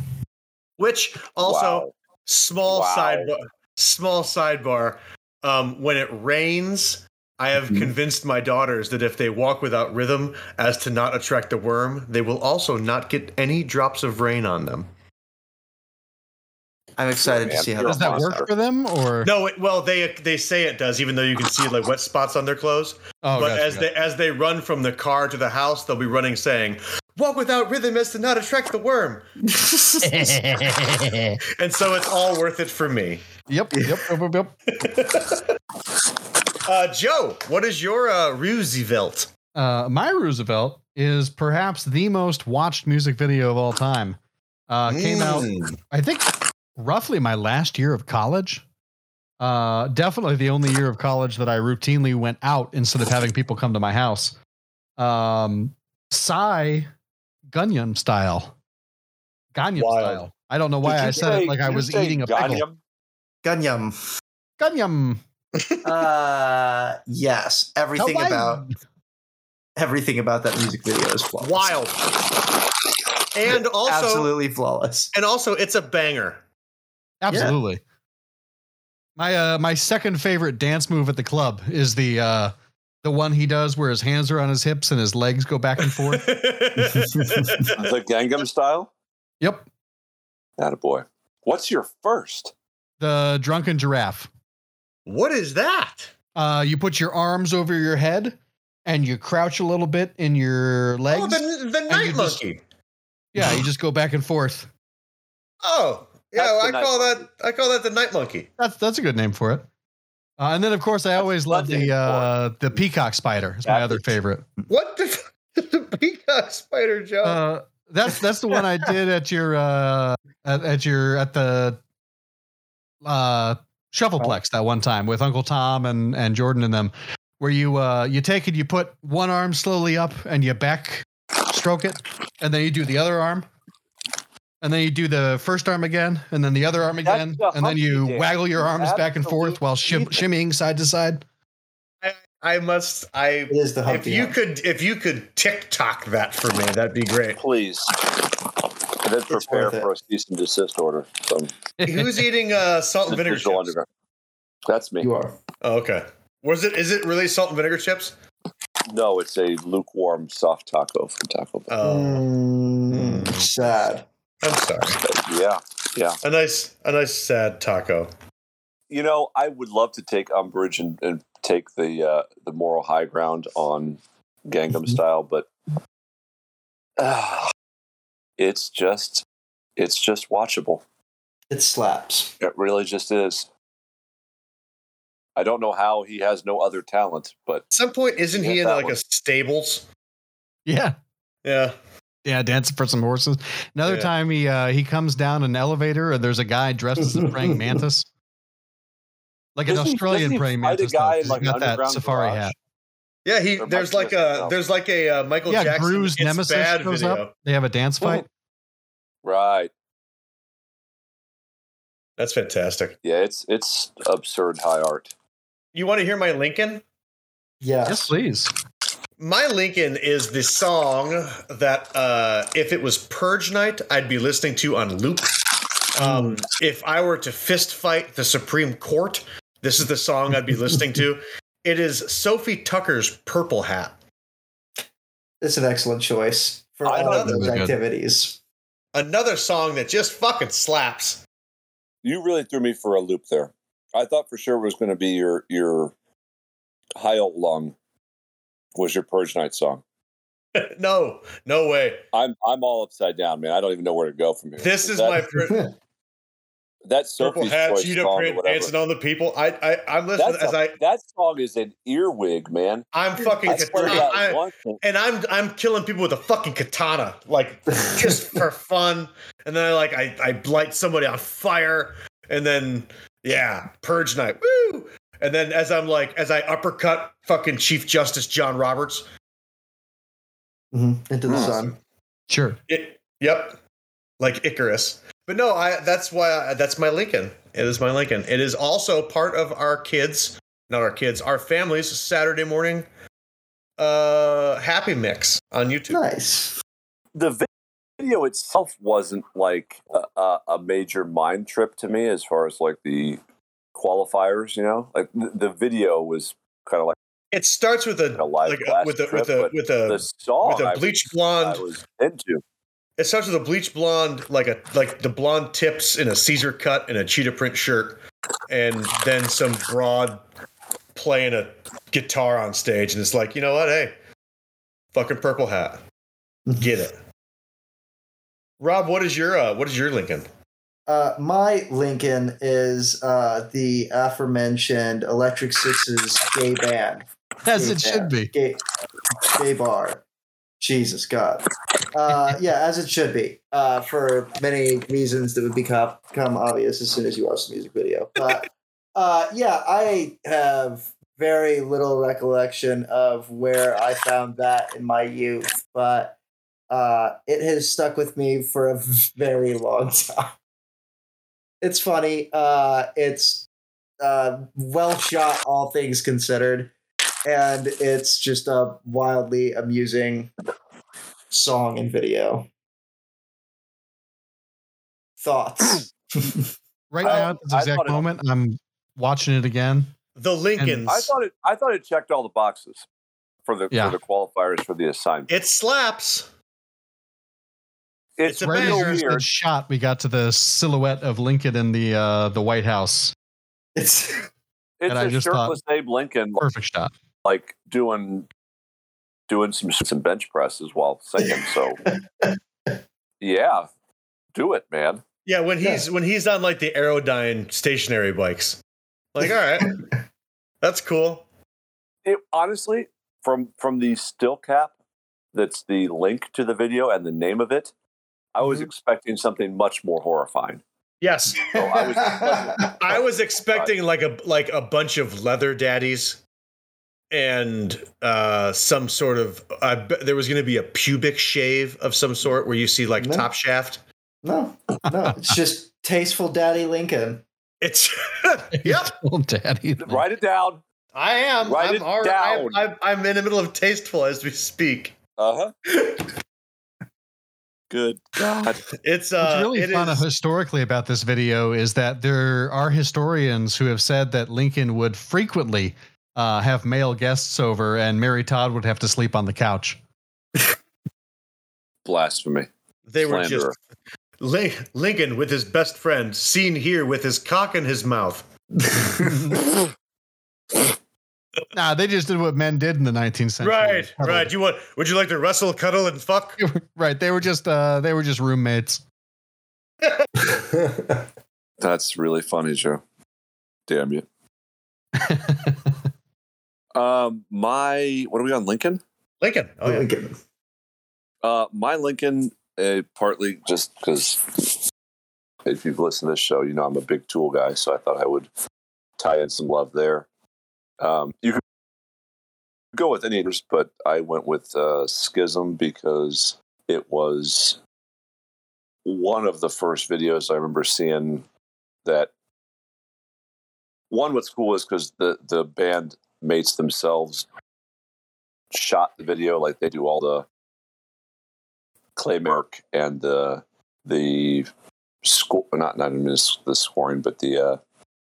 S3: Which also
S5: Wow.
S3: small
S5: Wow.
S3: sidebar. Small sidebar. Um, when it rains, I have
S5: Mm-hmm.
S4: Mhm.
S3: convinced my daughters that if they walk without rhythm, as to not attract the worm, they will also not get any drops of rain on them.
S4: I'm excited to
S5: Man,
S4: see how
S5: you're
S6: Does
S4: that.
S5: a
S6: that
S5: monster.
S6: work for them or
S3: No, it, well, they they say it does, even though you can see like wet spots on their clothes.
S6: Oh,
S3: but
S6: gotcha,
S3: as
S6: gotcha.
S3: they as they run from the car to the house, they'll be running saying, "Walk without rhythm is to not attract the worm," and so it's all worth it for me.
S6: Yep. Yep. Yep. Yep. yep.
S3: uh, Joe, what is your uh, Roosevelt?
S6: Uh, my Roosevelt is perhaps the most watched music video of all time. Uh,
S3: Mm.
S6: Came out,
S5: Hmm.
S6: I think, roughly my last year of college. Uh, definitely the only year of college that I routinely went out instead of having people come to my house. Um, Psy Gunyam style. Gangnam
S3: Wild.
S6: style. I don't know why
S5: Did you
S6: I said
S5: say-
S6: it like I
S5: you
S6: was
S5: say
S6: eating a
S5: Gangnam?
S6: pickle.
S2: Gunyum.
S6: Gunyam.
S2: Uh, yes. Everything
S6: Hawaii.
S2: about everything about that music video is flawless.
S3: Wild. And also,
S2: Absolutely flawless.
S3: and also, it's a banger.
S6: Absolutely. My uh my second favorite dance move at the club is the uh the one he does where his hands are on his hips and his legs go back and forth.
S5: the Gangnam style.
S6: yep.
S5: That boy. What's your first?
S6: The drunken giraffe.
S3: what is that?
S6: Uh you put your arms over your head and you crouch a little bit in your legs.
S3: Oh, the, the
S6: you
S3: night
S6: just-
S3: monkey.
S6: yeah, you just go back and forth.
S3: Oh,
S5: That's
S3: yeah.
S5: the
S3: I
S5: night
S3: call
S5: monkey.
S3: that I call that the night monkey.
S6: That's that's a good name for it. Uh, and then of course I always love
S5: Monday
S6: the uh the peacock spider is my
S5: That's-
S6: other favorite.
S3: What the, fuck is the peacock spider, Joe?
S5: Oh.
S6: Uh, that's that's the one I did at your uh at, at your at the uh
S5: Oh.
S6: shovelplex that one time with Uncle Tom and and Jordan and them, where you uh you take it, you put one arm slowly up and you back stroke it, and then you do the other arm. And then you do the first arm again, and then the other arm
S5: That's
S6: again,
S5: the
S6: and then you
S5: Humpty Dance.
S6: waggle your arms back and forth
S5: Absolute
S6: while shim-
S5: heathen.
S6: shimmying side to side.
S3: I must. I
S4: It is the
S3: if
S4: Humpty
S3: you
S4: Hump.
S3: could if you could TikTok that for me, that'd be great.
S5: Please. And then
S4: worth
S5: prepare
S4: it.
S5: for a cease and desist order. From
S3: Who's eating uh,
S6: Oh,
S3: salt and vinegar
S5: Digital
S3: chips?
S5: Underground. That's me.
S4: You are.
S3: Oh, okay. Was it? Is it really salt and vinegar chips?
S5: No, it's a lukewarm soft taco from Taco Bell.
S3: Oh,
S4: uh, Mm, sad.
S3: I'm sorry.
S6: Oh.
S5: yeah.
S3: A nice, a nice sad taco.
S5: You know, I would love to take umbrage and, and take the uh, the moral high ground on
S6: Mm-hmm.
S5: Gangnam Style, but ah, it's just it's just watchable.
S4: It slaps.
S5: It really just is. I don't know how he has no other talent, but
S3: At some point, isn't he
S5: Yeah,
S3: in
S5: that
S3: like
S5: one.
S3: a stables?
S6: Yeah.
S3: Yeah.
S6: Yeah, dancing for some horses. Another
S3: Yeah.
S6: time he uh, he comes down an elevator and there's a guy dressed as a praying mantis. Like an
S5: Doesn't he- doesn't
S6: Australian
S5: he
S6: praying
S5: fight a
S6: mantis.
S5: guy in,
S6: though, 'cause
S5: like,
S6: he's got that
S5: underground
S6: safari
S5: garage?
S6: hat.
S3: Yeah, he
S5: Or Mike
S3: there's like
S5: Tyson,
S3: a
S5: no.
S3: there's like a uh, Michael
S6: Yeah,
S3: Jackson
S6: Gru's
S3: It's
S6: nemesis
S3: Bad
S6: shows
S3: video.
S6: up. They have a dance fight.
S5: right.
S3: That's fantastic.
S5: Yeah, it's it's absurd high art.
S3: You want to hear my Lincoln?
S4: Yes.
S6: Yes, please.
S3: My Lincoln is the song that uh, if it was Purge Night, I'd be listening to on loop. Um, if I were to fist fight the Supreme Court, this is the song I'd be listening to. It is Sophie Tucker's Purple Hat.
S4: It's an excellent choice for
S5: I
S4: all
S5: thought
S4: of
S6: that
S4: those
S6: was good.
S4: activities.
S3: Another song that just fucking slaps.
S5: You really threw me for a loop there. I thought for sure it was going to be your your Heil Lung was your Purge Night song.
S3: no, no way.
S5: I'm I'm all upside down, man. I don't even know where to go from here.
S3: This is
S5: that,
S3: my pr-
S5: that
S3: purple
S5: Sophie's
S3: hat,
S5: Choice
S3: cheetah
S5: song or
S3: print, dancing
S5: whatever.
S3: on the people. I, I, I'm listening
S5: That's
S3: as
S5: a-
S3: I.
S5: that song is an earwig, man.
S3: I'm fucking.
S5: I swear to
S3: I-
S5: God,
S3: I-
S5: one thing-
S3: and I'm I'm killing people with a fucking katana, like just for fun. And then I like I, I light somebody on fire, and then yeah, purge night, woo! And then as I'm like as I uppercut fucking Chief Justice John Roberts.
S4: Mhm. Into the sun.
S6: Sure.
S3: It, yep, like Icarus. But no, I that's why I, that's my Lincoln. It is my Lincoln. It is also part of our kids, not our kids, our families Saturday morning uh happy mix on YouTube.
S4: Nice.
S5: the vi- video itself wasn't like a- a, a major mind trip to me as far as like the qualifiers, you know? Like the, the video was kind of like
S3: It starts with a
S5: a live
S3: like a,
S5: glass
S3: with a
S5: trip,
S3: with a
S5: but
S3: with a
S5: the song
S3: with
S5: I
S3: a
S5: was-
S3: bleach
S5: I
S3: blonde.
S5: was, into.
S3: It starts with a bleach blonde, like a like the blonde tips in a Caesar cut and a cheetah print shirt, and then some broad playing a guitar on stage, and it's like you know what, hey, fucking purple hat, get it. Rob, what is your uh, what is your Lincoln?
S4: Uh, my Lincoln is uh, the aforementioned Electric Six's gay band.
S6: As it
S4: Gay
S6: should
S4: band.
S6: be.
S4: Gay, gay bar. Jesus God. Uh, yeah, as it should be. Uh, for many reasons that would become, become obvious as soon as you watch the music video. But uh, yeah, I have very little recollection of where I found that in my youth, but uh, it has stuck with me for a very long time. It's funny. Uh, it's uh, well shot, all things considered, and it's just a wildly amusing song and video. Thoughts?
S6: Right
S5: I-
S6: now, at this
S5: I
S6: exact
S5: thought it-
S6: moment, I'm watching it again.
S3: The Lincolns.
S5: I thought it. I thought it checked all the boxes for the
S6: Yeah.
S5: for the qualifiers for the assignment.
S3: it slaps.
S5: It's,
S3: It's a
S6: right
S5: real
S3: banger.
S6: as
S5: weird.
S6: that shot, we got to the silhouette of Lincoln in the uh, the White House.
S4: It's
S5: It's
S6: I
S5: a
S6: just thought-
S5: shirtless Abe Lincoln, like,
S6: Perfect shot.
S5: like doing doing some some bench presses while singing. So, yeah, do it, man.
S3: Yeah, when he's when he's on like the Aerodyne stationary bikes. Like, all right, that's cool.
S5: It honestly, from from the still cap, that's the link to the video and the name of it. I
S6: Mm-hmm.
S5: was expecting something much more horrifying.
S3: Yes,
S4: Oh,
S5: So I was pleasantly-
S3: I was expecting like a like a bunch of leather daddies and uh some sort of I bet there was going to be a pubic shave of some sort where you see like
S4: No.
S3: top shaft.
S4: no, no. It's just tasteful, Daddy Lincoln.
S3: It's yep.
S6: Little daddy.
S5: Write it down.
S3: I am.
S5: Write
S3: I'm
S5: it
S3: already-
S5: down.
S3: I'm, I'm, I'm in the middle of tasteful as we speak.
S5: Uh huh. Good God.
S3: It's
S6: What's
S3: uh,
S6: really
S3: it
S6: fun
S3: is-
S6: historically about this video is that there are historians who have said that Lincoln would frequently uh, have male guests over, and Mary Todd would have to sleep on the couch.
S5: Blasphemy.
S3: they were just
S5: slanderer.
S3: Lin- Lincoln with his best friend seen here with his cock in his mouth.
S6: Nah, they just did what men did in the 19th century.
S3: Right, right. You want? Would you like to wrestle, cuddle, and fuck?
S6: right. They were just uh, they were just roommates.
S5: That's really funny, Joe. Damn you. Um, my what are we on Lincoln?
S3: Lincoln. Oh yeah.
S4: Lincoln.
S5: Uh, my Lincoln, uh, partly just because if you've listened to this show, you know I'm a big Tool guy, so I thought I would tie in some love there. Um, you could go with any, of yours, but I went with uh, Schism because it was one of the first videos I remember seeing that. One, what's cool is because the the band mates themselves shot the video like they do all the Clay Merck and the the score not not even s- the scoring, but the uh,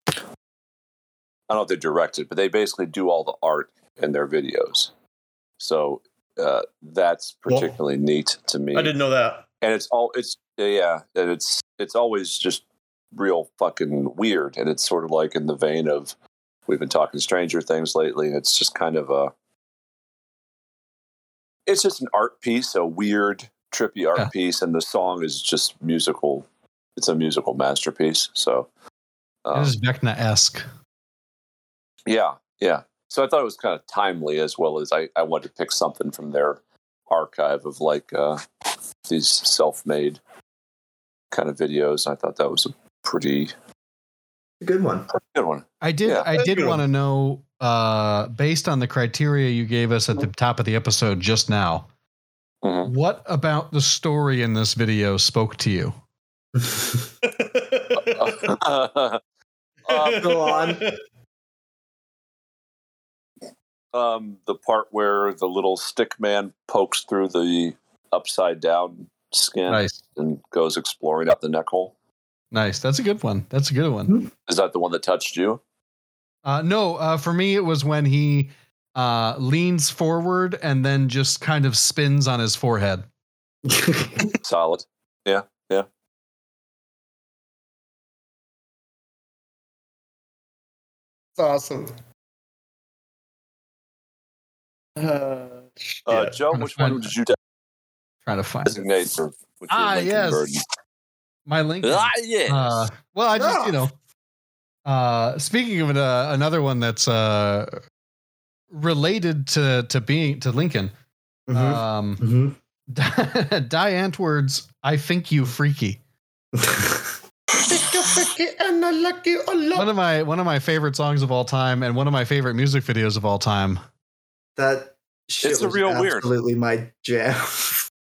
S5: I don't know if they direct it, but they basically do all the art in their videos. So uh, that's
S3: Well,
S5: particularly neat to me.
S3: I didn't know that.
S5: and it's all it's yeah, and it's it's always just real fucking weird, and it's sort of like in the vein of we've been talking Stranger Things lately, and it's just kind of a it's just an art piece, a weird, trippy art
S6: Yeah.
S5: piece, and the song is just musical. It's a musical masterpiece. So,
S6: It
S5: um,
S6: is Vecna esque.
S5: yeah, yeah. So I thought it was kind of timely as well as I, I wanted to pick something from their archive of like uh, these self made kind of videos. I thought that was a pretty
S4: Good one.
S5: good one.
S6: I did.
S5: Yeah.
S6: I
S3: That's
S6: did
S3: good.
S6: want to know, uh, based on the criteria you gave us at the top of the episode just now,
S5: Mhm.
S6: what about the story in this video spoke to you?
S5: Uh,
S4: go on.
S5: um, the part where the little stick man pokes through the upside down skin
S6: Nice,
S5: and goes exploring up the neck hole.
S6: nice. That's a good one. That's a good one.
S5: Is that the one that touched you?
S6: Uh, no, uh, for me it was when he uh, leans forward and then just kind of spins on his forehead.
S5: Solid. Yeah, yeah.
S3: It's awesome.
S5: Uh,
S4: Uh,
S3: Yeah.
S5: Joe,
S6: Trying to
S5: which one
S6: find-
S5: did you designate
S6: Trying to find. it.
S5: designate for? with your
S6: Ah,
S5: Lincoln
S6: yes.
S5: Burden?
S6: my link.
S5: Ah, yes.
S6: Uh, well, I just you know. Uh, speaking of an, uh, another one that's uh, related to to being to Lincoln, um,
S4: Mm-hmm.
S2: Mhm.
S6: Di Antwoord's "I Think You Freaky." One of my one of my favorite songs of all time, and one of my favorite music videos of all time.
S4: That shit
S5: It's a
S4: was
S5: real weird.
S4: absolutely my jam.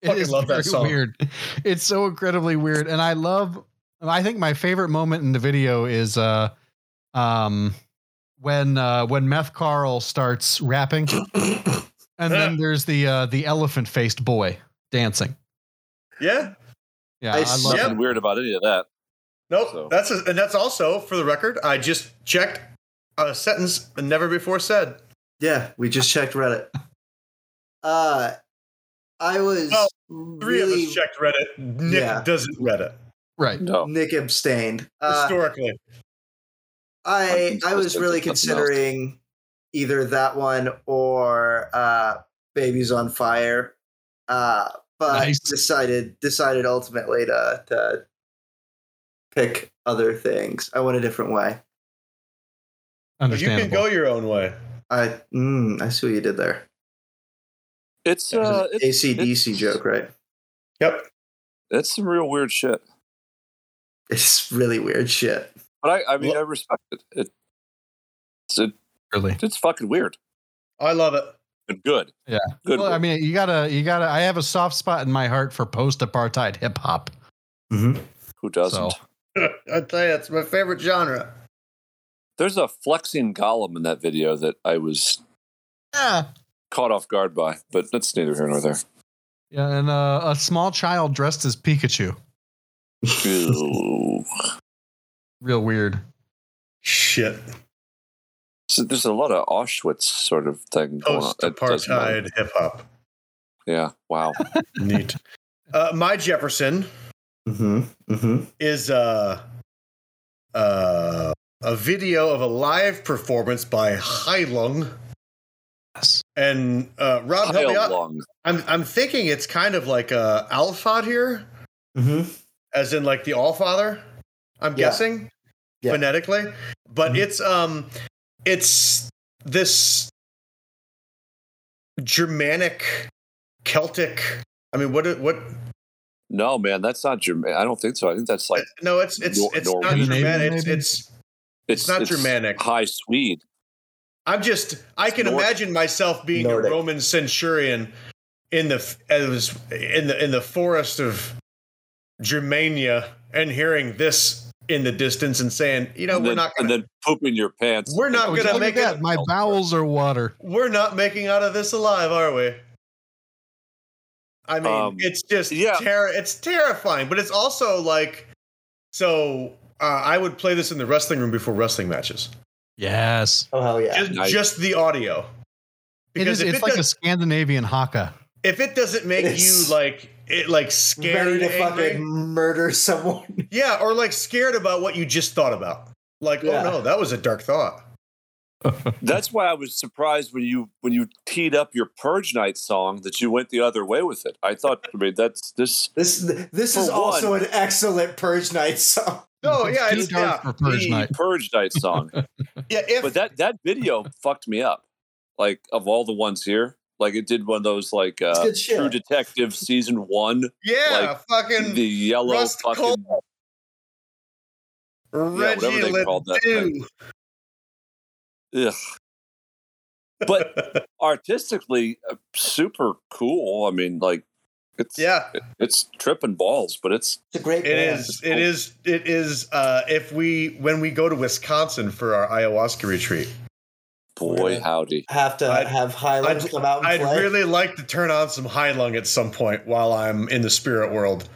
S6: It
S3: Fucking
S6: is
S3: love that
S6: very
S3: song.
S6: Weird. It's so incredibly weird, and I love. and I think my favorite moment in the video is uh, um, when uh, when Meth Carl starts rapping, and then there's the uh, the elephant faced boy dancing.
S3: Yeah.
S6: Yeah,
S4: I
S6: I,
S4: s-
S6: love
S3: yeah.
S5: Nothing weird about any of that.
S3: Nope.
S5: So-
S3: That's a, and that's also for the record. I just checked a sentence never before said.
S4: yeah, we just checked Reddit. Uh, I was
S3: Well, Three
S4: really
S3: of us checked Reddit. Nick
S4: Yeah. Uh,
S3: doesn't Reddit
S6: right.
S5: No.
S4: Nick abstained. Uh,
S3: historically.
S4: I I was really
S5: Nothing else.
S4: considering either that one or uh, Babies on Fire, uh, but
S6: Nice.
S4: decided decided ultimately to to pick other things. I went a different way.
S3: But you can
S6: Understandable.
S3: go your own way.
S4: I mm, I see what you did there.
S5: It's
S4: It was
S5: uh,
S4: an
S5: it's,
S4: ACDC
S5: it's-
S4: joke, right?
S3: Yep.
S5: it's some real weird shit.
S4: It's really weird shit.
S5: But I, I mean,
S3: Well-
S5: I respect it. it it's it,
S6: really.
S5: it's fucking weird.
S3: I love it.
S5: And good.
S6: Yeah.
S5: Good.
S6: Well, I
S5: weird.
S6: mean, you gotta, you gotta. I have a soft spot in my heart for post-apartheid hip hop.
S5: Who doesn't?
S6: So
S3: I tell you, it's my favorite genre.
S5: There's a flexing golem in that video that I was
S6: yeah,
S5: caught off guard by, but that's neither here nor there.
S6: yeah, and uh, a small child dressed as Pikachu.
S5: Ew.
S6: Real weird.
S3: Shit.
S5: so there's a lot of Auschwitz sort of thing going on.
S3: Post
S5: That doesn't matter.
S3: apartheid hip hop.
S5: Yeah. Wow.
S3: Neat. Uh, my Jefferson
S4: Mm-hmm. Mm-hmm.
S3: is uh, uh, a video of a live performance by Heilung.
S6: Yes.
S3: And uh, Rob, help me
S5: How
S3: out.
S5: long?
S3: I'm, I'm thinking it's kind of like uh, Alphad here,
S4: Mm-hmm.
S3: as in like the All Father. I'm
S4: Yeah.
S3: guessing
S4: Yeah.
S3: phonetically, but
S4: Mhm.
S3: it's um, it's this Germanic, Celtic. I mean, what what?
S5: No, man, that's not German. I don't think so. I think that's like
S3: No, it's it's
S5: Nor-
S3: it's not
S5: Norwegian,
S3: Germanic. It's,
S6: maybe?
S3: it's
S5: it's,
S3: not Germanic.
S5: High Swede.
S3: I'm just I can
S5: Nor-
S3: imagine myself being
S4: Nordic.
S3: a Roman centurion in the f- as in the in the forest of Germania and hearing this in the distance and saying, you know,
S5: and,
S3: we're
S5: then,
S3: not
S5: and
S3: gonna,
S5: then poop in your pants.
S3: We're not
S6: Oh,
S3: gonna
S6: look
S3: make
S6: at
S3: it-
S6: that. My bowels are water.
S3: we're not making out of this alive, are we? I mean,
S5: Um,
S3: it's just
S5: yeah.
S3: terror. It's terrifying, but it's also like so. Uh, I would play this in the wrestling room before wrestling matches.
S6: Yes.
S4: Oh hell yeah!
S3: Just,
S5: Nice.
S3: just the audio.
S6: It is,
S3: if
S6: it's
S3: it
S6: like
S3: does-
S6: a Scandinavian haka.
S3: if it doesn't make
S4: It's-
S3: you like it like scared
S4: Ready to
S3: and angry-
S4: fucking murder someone.
S3: yeah or like scared about what you just thought about like
S4: Yeah.
S3: oh no that was a dark thought
S5: That's why I was surprised when you when you teed up your purge night song that you went the other way with it. I thought, I mean, that's this.
S4: This this
S5: For one.
S4: is also an excellent purge night song.
S3: no
S6: It's
S3: yeah
S6: too
S3: it's yeah,
S6: dark for purge
S5: the
S6: night.
S5: purge night song.
S3: yeah if
S5: but that that video fucked me up. Like of all the ones here, like it did one of those like
S4: It's
S5: uh,
S4: good
S5: True
S4: shit.
S5: Detective season one,
S3: yeah fucking
S5: the yellow
S3: Rust
S5: fucking
S3: reggie
S5: whatever they called that
S3: Ledoux.
S5: ugh. But artistically, uh, super cool. I mean, like it's
S3: yeah
S5: it's tripping balls, but it's
S4: It's a great
S3: it
S4: band.
S3: is it is it is uh if we when we go to wisconsin for our ayahuasca retreat
S5: boy
S4: Yeah.
S5: howdy.
S4: Have to
S3: I'd-
S4: have Highland
S3: I'd-
S4: come out and
S3: i'd
S4: play.
S3: really like to turn on some high lung at some point while i'm in the spirit world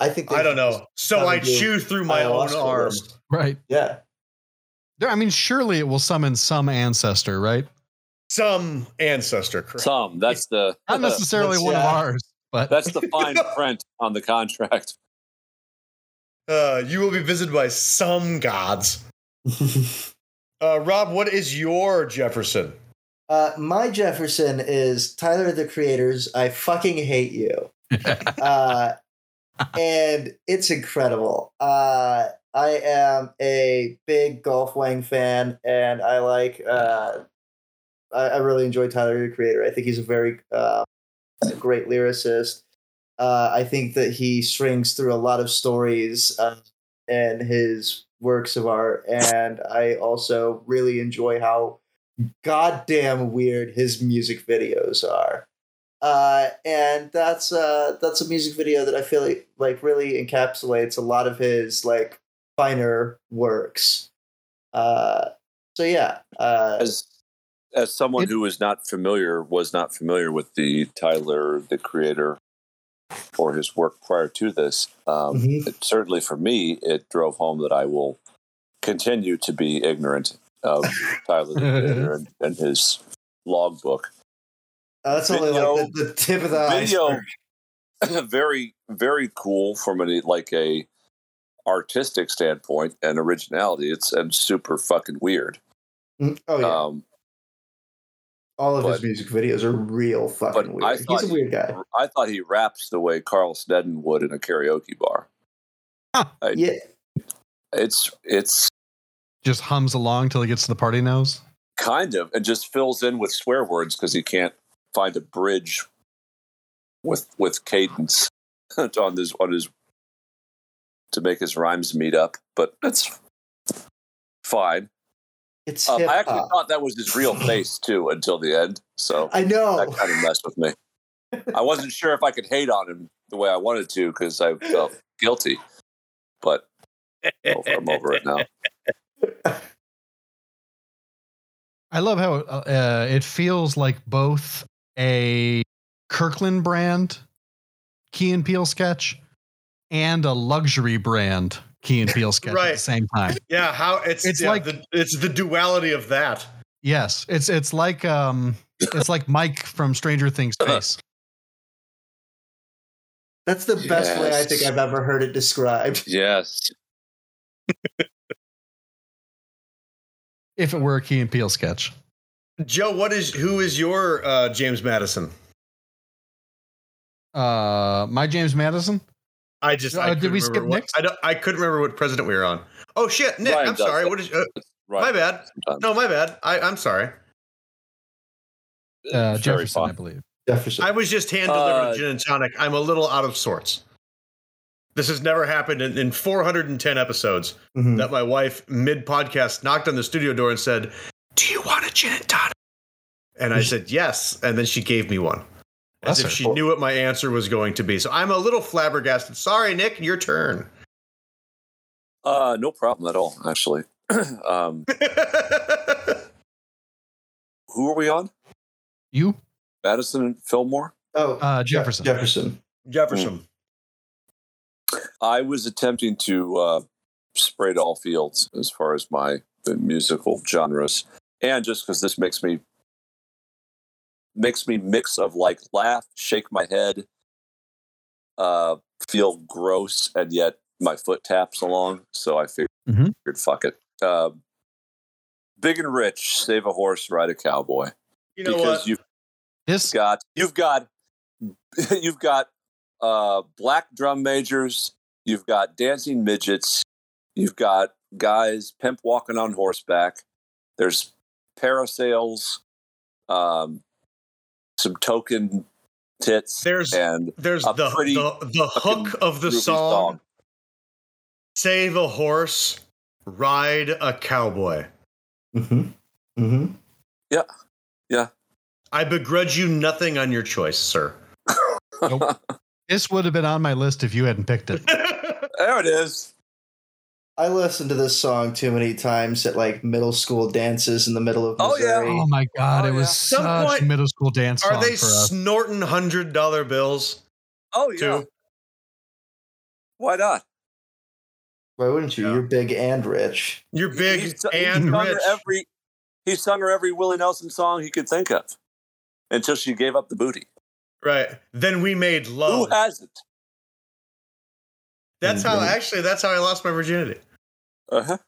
S4: I think they
S3: I don't
S4: should just
S3: know. So
S4: have
S3: I
S4: them do
S3: chew through my own
S4: ayahuasca
S3: arm.
S4: roast.
S6: Right.
S4: Yeah,
S6: There, I mean, surely it will summon some ancestor, right?
S3: Some ancestor, correct?
S5: Tom, Uh, that's the
S6: Not necessarily
S4: That's-
S6: one of
S4: yeah.
S6: ours, but
S5: that's the fine print on the contract.
S3: Uh, you will be visited by some gods. Uh, Rob, what is your Jefferson?
S4: Uh, my Jefferson is Tyler the Creator's "I Fucking Hate You." uh, and it's incredible. Uh, I am a big Golf Wang fan, and I like. Uh, I, I really enjoy Tyler the Creator. I think he's a very uh, great lyricist. Uh, I think that he strings through a lot of stories uh, in his works of art, and I also really enjoy how goddamn weird his music videos are. Uh, and that's uh, that's a music video that I feel like, like really encapsulates a lot of his like finer works. Uh, so yeah, uh,
S5: as as someone
S6: It-
S5: who is not familiar was not familiar with the Tyler the Creator or his work prior to this, um,
S6: Mm-hmm.
S4: Mhm.
S5: it, certainly for me, it drove home that I will continue to be ignorant of Tyler the Creator and, and his logbook.
S4: Uh, that's only
S5: video-
S4: like the, the tip of the
S5: video
S4: iceberg.
S5: very very cool from an like a artistic standpoint and originality it's and super fucking weird
S4: Mm, Oh yeah,
S5: um
S4: all of his
S5: but-
S4: music videos are real fucking
S5: I
S4: weird. He's
S5: thought
S4: a
S5: you-
S4: weird guy.
S5: i thought he raps the way carl sneddon would in a karaoke bar I-
S4: Yeah,
S5: it's it's
S6: Just hums along till he gets to the party nose.
S5: kind of and just fills in with swear words because he can't find a bridge with with cadence on his on his to make his rhymes meet up but that's fine
S4: it's
S5: Um,
S4: hip
S5: I actually
S4: hop.
S5: thought that was his real face too until the end, so
S4: I
S3: Oh.
S5: that
S4: know.
S5: kind of messed with me. I wasn't sure if I could hate on him the way I wanted to because I felt guilty, but over, I'm over it now.
S6: I love how uh, it feels like both a Kirkland brand Key and Peel sketch and a luxury brand Key and Peel sketch at
S3: Right.
S6: the same time.
S3: Yeah, how it's
S6: It's
S3: yeah,
S6: like-
S3: the, it's the duality of that.
S6: Yes, it's it's like um it's like Mike from Stranger Things
S5: Uh-huh.
S6: face.
S4: That's the best way I think
S5: Yes.
S4: I've ever heard it described.
S5: Yes,
S6: If it were a Key and Peel sketch,
S3: Joe, what is who is your uh, James Madison?
S6: uh, my James Madison.
S3: I just
S6: Uh,
S3: I
S6: did
S3: couldn't
S6: we
S3: remember
S6: skip
S3: what,
S6: Nick's?
S3: I don't I couldn't remember what president we were on. Oh shit, Nick,
S5: Ryan
S3: I'm
S5: does
S3: sorry.
S5: that.
S3: What is uh,
S5: right.
S3: my bad? No, my bad. I I'm sorry.
S6: Uh,
S5: Very
S6: Jefferson,
S5: fun.
S6: I believe.
S4: Jefferson.
S3: I was just hand delivered
S5: Uh,
S3: a gin and tonic. I'm a little out of sorts. This has never happened in, in 410 episodes
S4: Mhm.
S3: that my wife mid podcast knocked on the studio door and said, "Do you want a gin and tonic?" And I said, "Yes," and then she gave me one. As
S6: Bless her.
S3: if she knew what my answer was going to be. So I'm a little flabbergasted. Sorry, Nick, your turn.
S5: Uh, no problem at all. Actually, um, who are we on?
S6: You,
S5: Madison and Fillmore.
S4: Oh,
S6: uh,
S4: Je-
S6: Jefferson.
S4: Jefferson.
S5: Mm.
S3: Jefferson.
S5: I was attempting to uh, spray to all fields as far as my the musical genres, and just because this makes me makes me mix of like laugh, shake my head, uh, feel gross, and yet my foot taps along. So I figured,
S6: Mhm.
S5: fuck it. Uh, big and rich, save a horse, ride a cowboy,
S3: You know
S5: because
S3: what?
S5: you've
S6: This
S5: got you've got you've got uh, black drum majors, you've got dancing midgets, you've got guys pimp walking on horseback. There's parasails, um, some token tits,
S3: There's
S5: and
S3: there's
S5: a
S3: the,
S5: pretty
S3: the the hook
S5: fucking
S3: of the
S5: groovy
S3: song. Save a horse, ride a cowboy.
S4: Mm-hmm. Mm-hmm.
S3: I begrudge you nothing on your choice, sir.
S6: Nope. this would have been on my list if you hadn't picked it.
S5: there it is.
S4: I listened to this song too many times at like middle school dances in the middle of
S5: Oh, yeah.
S4: Missouri.
S6: Oh my god,
S5: Oh,
S6: it was such
S3: yeah. Some point-
S6: middle school dance
S3: Are
S6: song
S3: they
S6: for us.
S3: snorting hundred dollar bills
S5: Oh yeah,
S3: too?
S5: why not?
S4: Why wouldn't you?
S3: Yeah.
S4: You're big and rich.
S3: You're big
S5: He's- he's
S3: and
S5: sung her
S3: rich.
S5: every he sung her every Willie Nelson song he could think of until she gave up the booty.
S3: right. Then we made
S5: Who
S3: love.
S5: hasn't?
S3: that's how
S4: Mhm.
S3: actually that's how I lost my virginity.
S5: Uh-huh.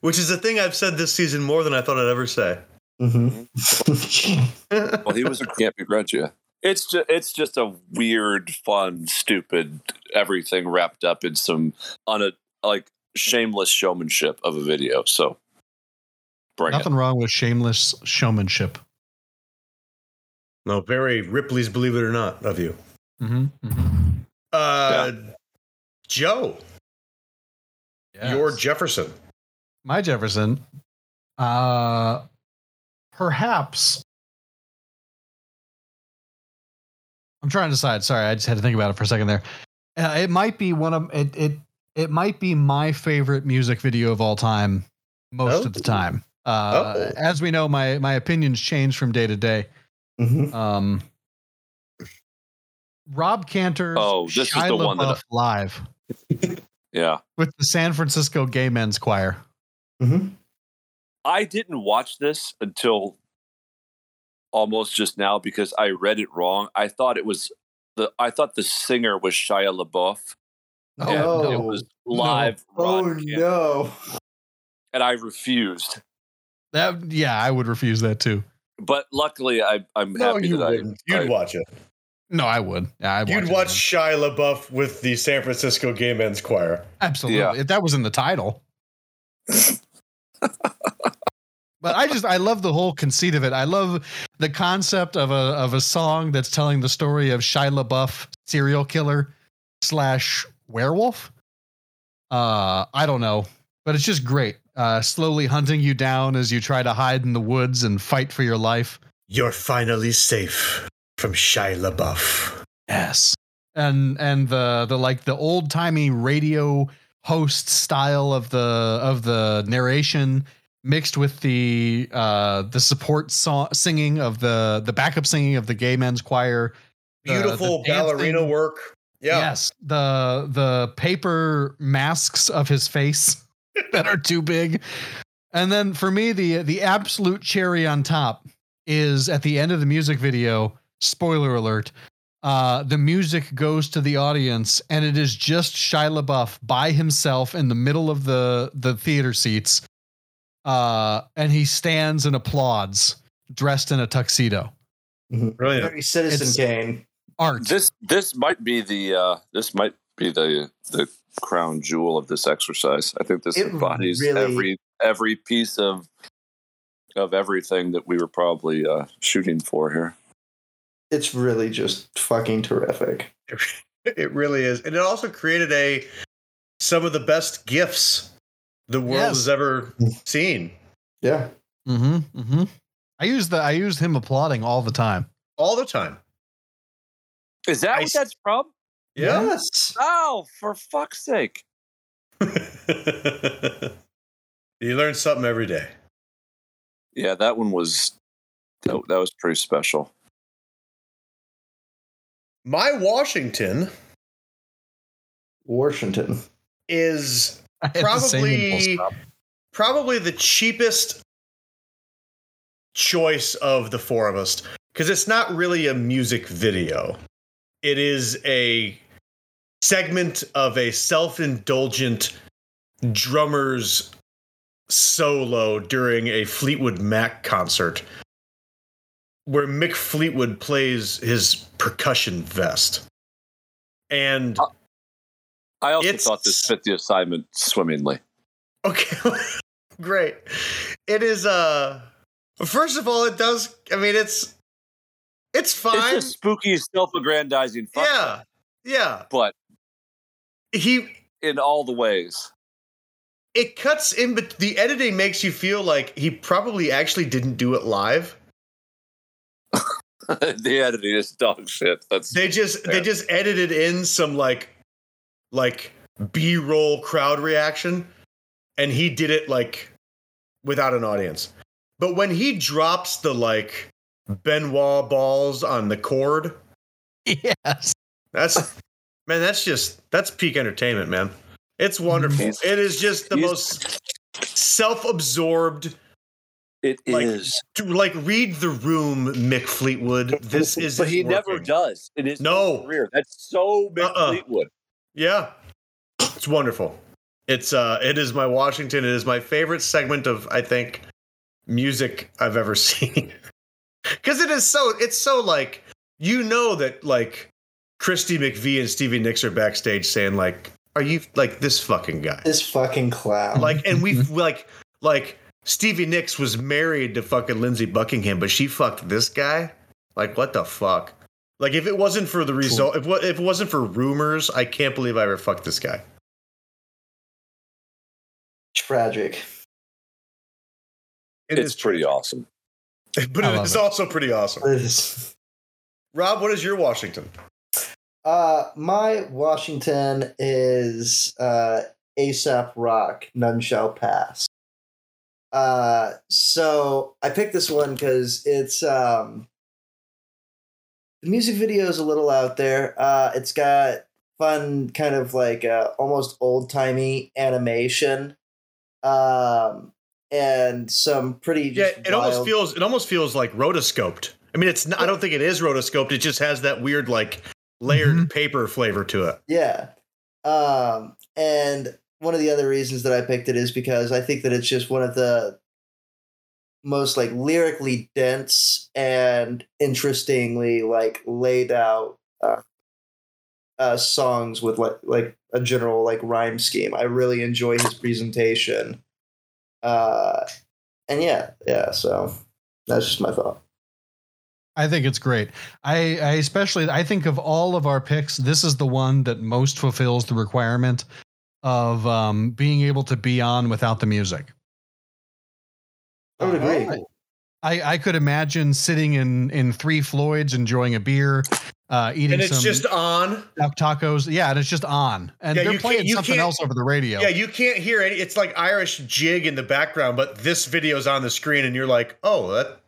S3: Which is a thing I've said this season more than I thought I'd ever say.
S4: Mm-hmm.
S5: Well, he was a can't begrudge you. It's just it's just a weird, fun, stupid everything wrapped up in some on a like shameless showmanship of a video. So bring
S6: Nothing wrong with shameless showmanship.
S3: No, very Ripley's Believe It or Not of you.
S6: Mm-hmm.
S3: Uh, Joe, your Jefferson.
S6: my Jefferson, uh, perhaps I'm trying to decide. Sorry, I just had to think about it for a second there. Uh, it might be one of it. It it might be my favorite music video of all time, most of the
S3: Oh.
S6: time. Uh,
S3: Oh.
S6: As we know, my my opinions change from day to day.
S2: Mhm.
S6: Um, Rob Cantor's
S5: Oh, this is the
S6: Shia
S5: one that I-
S6: LaBeouf live
S5: Yeah.
S6: with the San Francisco Gay Men's Choir.
S4: Mm-hmm.
S5: I didn't watch this until almost just now because I read it wrong. I thought it was the I thought the singer was Shia LaBeouf.
S6: Oh,
S5: and
S4: no.
S5: it was live. Ron
S4: Oh
S5: Kim,
S4: no!
S5: And I refused.
S6: That yeah, I would refuse that too.
S5: But luckily, I, I'm happy that I,
S3: You'd
S5: I
S3: watch it.
S6: No, I would. Yeah, I'd
S3: You'd
S6: it.
S3: watch Shia LaBeouf with the San Francisco Gay Men's Choir.
S6: absolutely
S5: Yeah.
S6: if that was in the title. but I just I love the whole conceit of it. I love the concept of a of a song that's telling the story of Shia LaBeouf, serial killer slash werewolf. Uh, I don't know, but it's just great. Uh, slowly hunting you down as you try to hide in the woods and fight for your life.
S3: You're finally safe from Shia LaBeouf.
S6: Yes. And and the the like the old timey radio host style of the of the narration mixed with the uh the support song singing of the the backup singing of the gay men's choir. the- the
S3: Beautiful
S6: dancing.
S3: ballerina work. Yeah.
S6: Yes. The the paper masks of his face that are too big. And then for me, the the absolute cherry on top is at the end of the music video, spoiler alert. Uh, the music goes to the audience, and it is just Shia LaBeouf by himself in the middle of the the theater seats, uh, and he stands and applauds, dressed in a tuxedo.
S3: Brilliant.
S4: Very Citizen
S6: It's-
S4: Kane.
S6: Art.
S5: this this might be the uh, this might be the the crown jewel of this exercise. I think this
S4: It
S5: embodies
S4: really-
S5: every every piece of of everything that we were probably uh, shooting for here.
S4: It's really just fucking terrific.
S3: It really is. And it also created a some of the best gifts the world
S6: Yes.
S3: has ever seen.
S4: Yeah.
S6: Mm-hmm, mm-hmm. I use the I use him applauding all the time.
S3: All the time.
S5: Is that
S3: I
S5: what
S3: s-
S5: that's from?
S3: Yeah.
S4: Yes.
S5: Oh, for fuck's sake!
S3: you learn something every day.
S5: Yeah, that one was that, that was pretty special.
S3: My Washington
S4: Washington.
S3: is
S6: I had the same impulse.
S3: probably probably the cheapest choice of the four of us because it's not really a music video it is a segment of a self-indulgent drummer's solo during a fleetwood mac concert where mick fleetwood plays his percussion vest and
S5: I also
S3: It's-
S5: thought this fit the assignment swimmingly.
S3: Okay, great. It is. Uh, first of all, it does. I mean, it's it's fine.
S5: It's a spooky, self-aggrandizing. Fuck
S3: yeah, yeah.
S5: but
S3: He
S5: in all the ways.
S3: it cuts in, but the editing makes you feel like he probably actually didn't do it live.
S5: the editing is dog shit. That's
S3: They just they
S5: Yeah.
S3: just edited in some like like B roll crowd reaction, and he did it like without an audience. But when he drops the like Benoit balls on the chord.
S6: yes.
S3: That's man, that's just that's peak entertainment, man. It's wonderful. It is just the
S5: He's-
S3: most self-absorbed
S5: it is.
S3: Like, to like read the room, Mick Fleetwood. This is
S5: but he never
S3: working.
S5: does in his
S3: No.
S5: career. That's so Mick
S3: Uh-uh.
S5: Fleetwood.
S3: Yeah. It's wonderful. It's uh it is my Washington. It is my favorite segment of I think music I've ever seen. Cuz it is so it's so like you know that like Christy McVie and Stevie Nicks are backstage saying like, "Are you like this fucking guy?"
S4: This fucking clown.
S3: Like, and we
S6: Mm-hmm.
S3: like like Stevie Nicks was married to fucking Lindsey Buckingham, but she fucked this guy. Like, what the fuck? Like, if it wasn't for the result, if if, if it wasn't for rumors, I can't believe I ever fucked this guy.
S4: tragic.
S3: It
S5: it's
S3: is-
S5: pretty awesome.
S3: but
S6: I
S3: it
S6: love
S3: is
S6: it.
S3: also pretty awesome.
S4: This-
S3: Rob, what is your Washington?
S4: Uh, my Washington is uh, ASAP Rock, None Shall Pass. Uh, so I picked this one because it's um, the music video is a little out there. Uh, it's got fun, kind of like uh, almost old timey animation, um, and some pretty
S3: Yeah,
S4: just
S3: it almost
S4: wild-
S3: feels it almost feels like rotoscoped. I mean, it's not, I don't think it is rotoscoped. It just has that weird like layered
S6: Mm-hmm.
S3: paper flavor to it.
S4: Yeah. Um, and one of the other reasons that I picked it is because I think that it's just one of the most like lyrically dense and interestingly like laid out uh, uh, songs with like like a general like rhyme scheme. I really enjoy his presentation. Uh, and yeah, yeah. So that's just my thought.
S6: I think it's great. I, I especially I think of all of our picks, this is the one that most fulfills the requirement of um, being able to be on without the music.
S4: I would agree.
S6: I, I could imagine sitting in in three Floyds, enjoying a beer, uh, eating
S3: And it's
S6: some
S3: just on.
S6: duck tacos. Yeah, and it's just on, and
S3: Yeah, you
S6: they're
S3: can't-
S6: playing
S3: you
S6: something
S3: can't-
S6: else over the radio.
S3: Yeah, you can't hear any. It's like Irish jig in the background, but this video's on the screen, and you're like, oh, that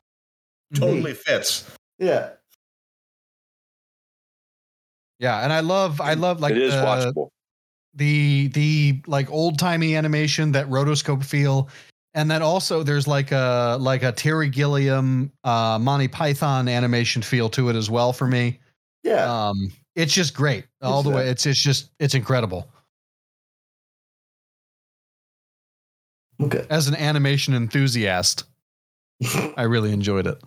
S6: Mm-hmm.
S3: totally fits.
S4: Yeah.
S6: yeah, and I love I love like uh,
S5: it is
S3: uh,
S6: the-
S5: watchable.
S6: the the like old timey animation that rotoscope feel and then also there's like a like a terry gilliam uh monty python animation feel to it as well for me
S4: Yeah.
S6: um it's just great all the way it's it's just it's incredible
S4: okay.
S6: as an animation enthusiast i really enjoyed it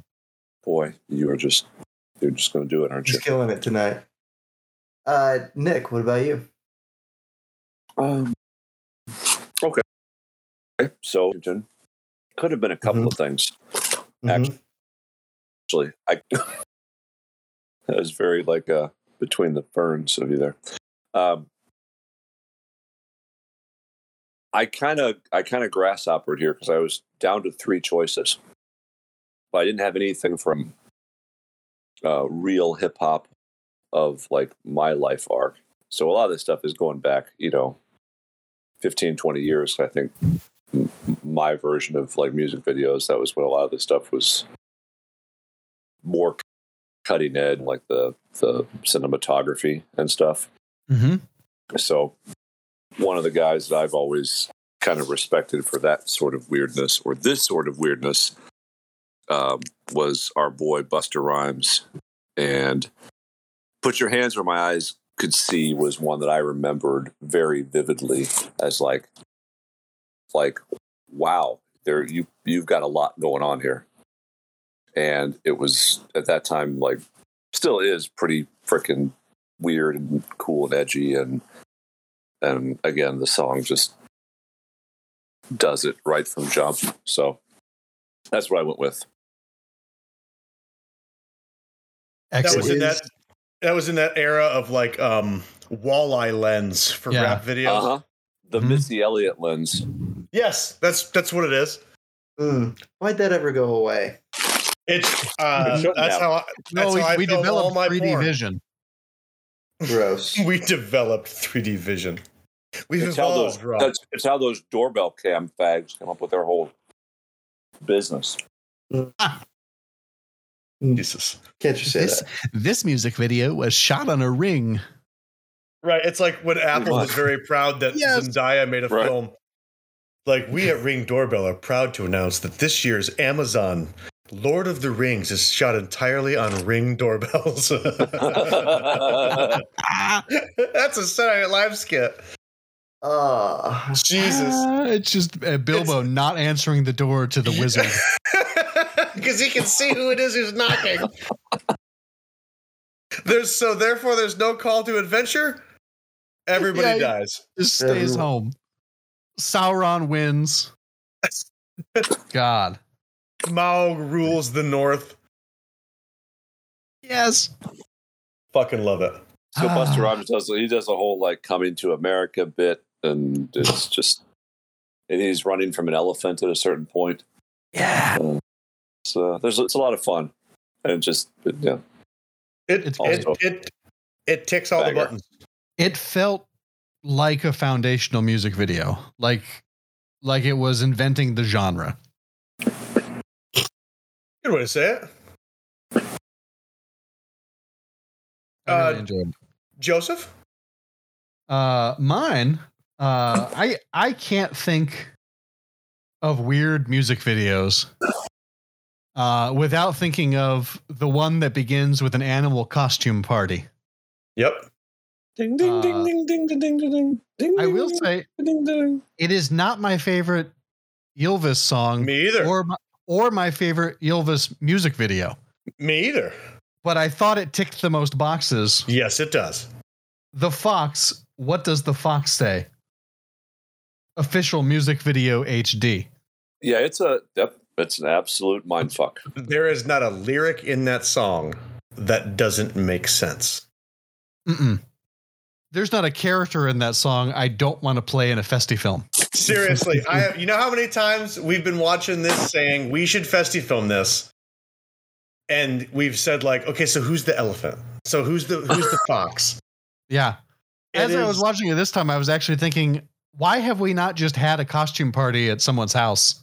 S5: Boy, you are just you're just going to do it, aren't you?
S4: Just killing it tonight. Uh, Nick, what about you?
S5: Um, okay. Okay, So Washington. could have been a
S3: Mm-hmm.
S5: couple of things
S4: Mm-hmm.
S5: Actually- actually. I that was very like uh between the ferns of you there. Um, I kind of I kind of grasshoppered here because I was down to three choices, but I didn't have anything from uh, real hip hop of like my life arc. So a lot of this stuff is going back, you know, 15, 20 years. I think m- my version of like music videos, that was when a lot of this stuff was more cutting edge, like the, the cinematography and stuff.
S6: mm-hmm.
S5: So, one of the guys that I've always kind of respected for that sort of weirdness or this sort of weirdness um, was our boy Buster Rhymes. And Put Your Hands Where My Eyes Could See was one that I remembered very vividly as like, like, wow, there you you've got a lot going on here. And it was at that time like still is pretty freaking weird and cool and edgy and and again the song just does it right from jump so that's what i went with
S3: That
S6: excellent
S3: was in that. That was in that era of like um walleye lens for
S6: Yeah.
S3: rap videos.
S5: uh-huh the
S6: Mhm.
S5: missy elliott lens
S3: Yes, that's that's what it is.
S4: Mm. Why'd that ever go away?
S3: It's uh,
S5: It shouldn't
S3: that's
S5: have.
S3: how I,
S6: no
S3: that's
S6: we,
S3: how I
S6: we
S3: filmed all
S6: developed
S3: my
S6: 3d
S3: porn.
S6: vision
S4: Gross.
S3: We developed 3D vision. We've
S5: it's how, those,
S3: evolved, Rob.
S5: that's, it's how those doorbell cam fags come up with their whole business
S3: Jesus.
S4: Can't you say
S6: This-
S4: that?
S6: this music video was shot on a ring
S3: Right. It's like when Apple was
S5: much.
S3: very proud that
S6: Yes.
S3: Zendaya made a
S5: Right.
S3: film. Like we at Ring Doorbell are proud to announce that this year's Amazon Lord of the Rings is shot entirely on Ring doorbells.
S5: i
S6: ah,
S3: That's a Saturday Night Live skit.
S4: Ah,
S3: Jesus.
S6: Ah, it's just uh, bilbo not answering the door to the
S3: Yeah.
S6: wizard Ah.
S3: Because he can see who it is who's knocking. There's so therefore there's no call to adventure. Everybody
S6: Yeah,
S3: dies.
S6: Just stays
S4: Everyone.
S6: home. Sauron wins. God.
S3: Smaug rules the north.
S6: Yes.
S3: Fucking love it.
S5: So Buster
S6: Ah.
S5: Rhymes does he does a whole like coming to America bit, and it's just and he's running from an elephant at a certain point. Uh,
S6: Yeah.
S5: So there's it's a lot of fun, and just yeah,
S3: It
S6: It's
S3: it,
S5: also-
S3: it it ticks all
S5: Banger.
S3: the buttons.
S6: It felt like a foundational music video. Like like it was inventing the genre.
S3: Good way to say it.
S6: I really
S3: Uh,
S6: enjoyed it.
S3: Joseph?
S6: Uh, mine. Uh, I I can't think of weird music videos uh, without thinking of the one that begins with an animal costume party.
S3: Yep.
S5: ding
S6: ding, ding, Uh,
S5: ding ding ding ding ding ding.
S6: I will say
S5: ding ding.
S6: it is not my favorite Ylvis song
S3: Me either.
S6: or my, or my favorite Ylvis music video,
S3: Me either.
S6: but I thought it ticked the most boxes.
S3: Yes, it does.
S6: The Fox. What does the Fox say? Official music video HD.
S5: Yeah, it's a yep, it's an absolute mind fuck.
S3: There is not a lyric in that song that doesn't make sense.
S6: Mm-mm. There's not a character in that song I don't want to play in a festy film.
S3: Seriously, I have, you know how many times we've been watching this saying we should festy film this, and we've said like, okay, so who's the elephant? So who's the who's the fox?
S6: Yeah. As
S3: It
S6: I
S3: is-
S6: was watching it this time, I was actually thinking, why have we not just had a costume party at someone's house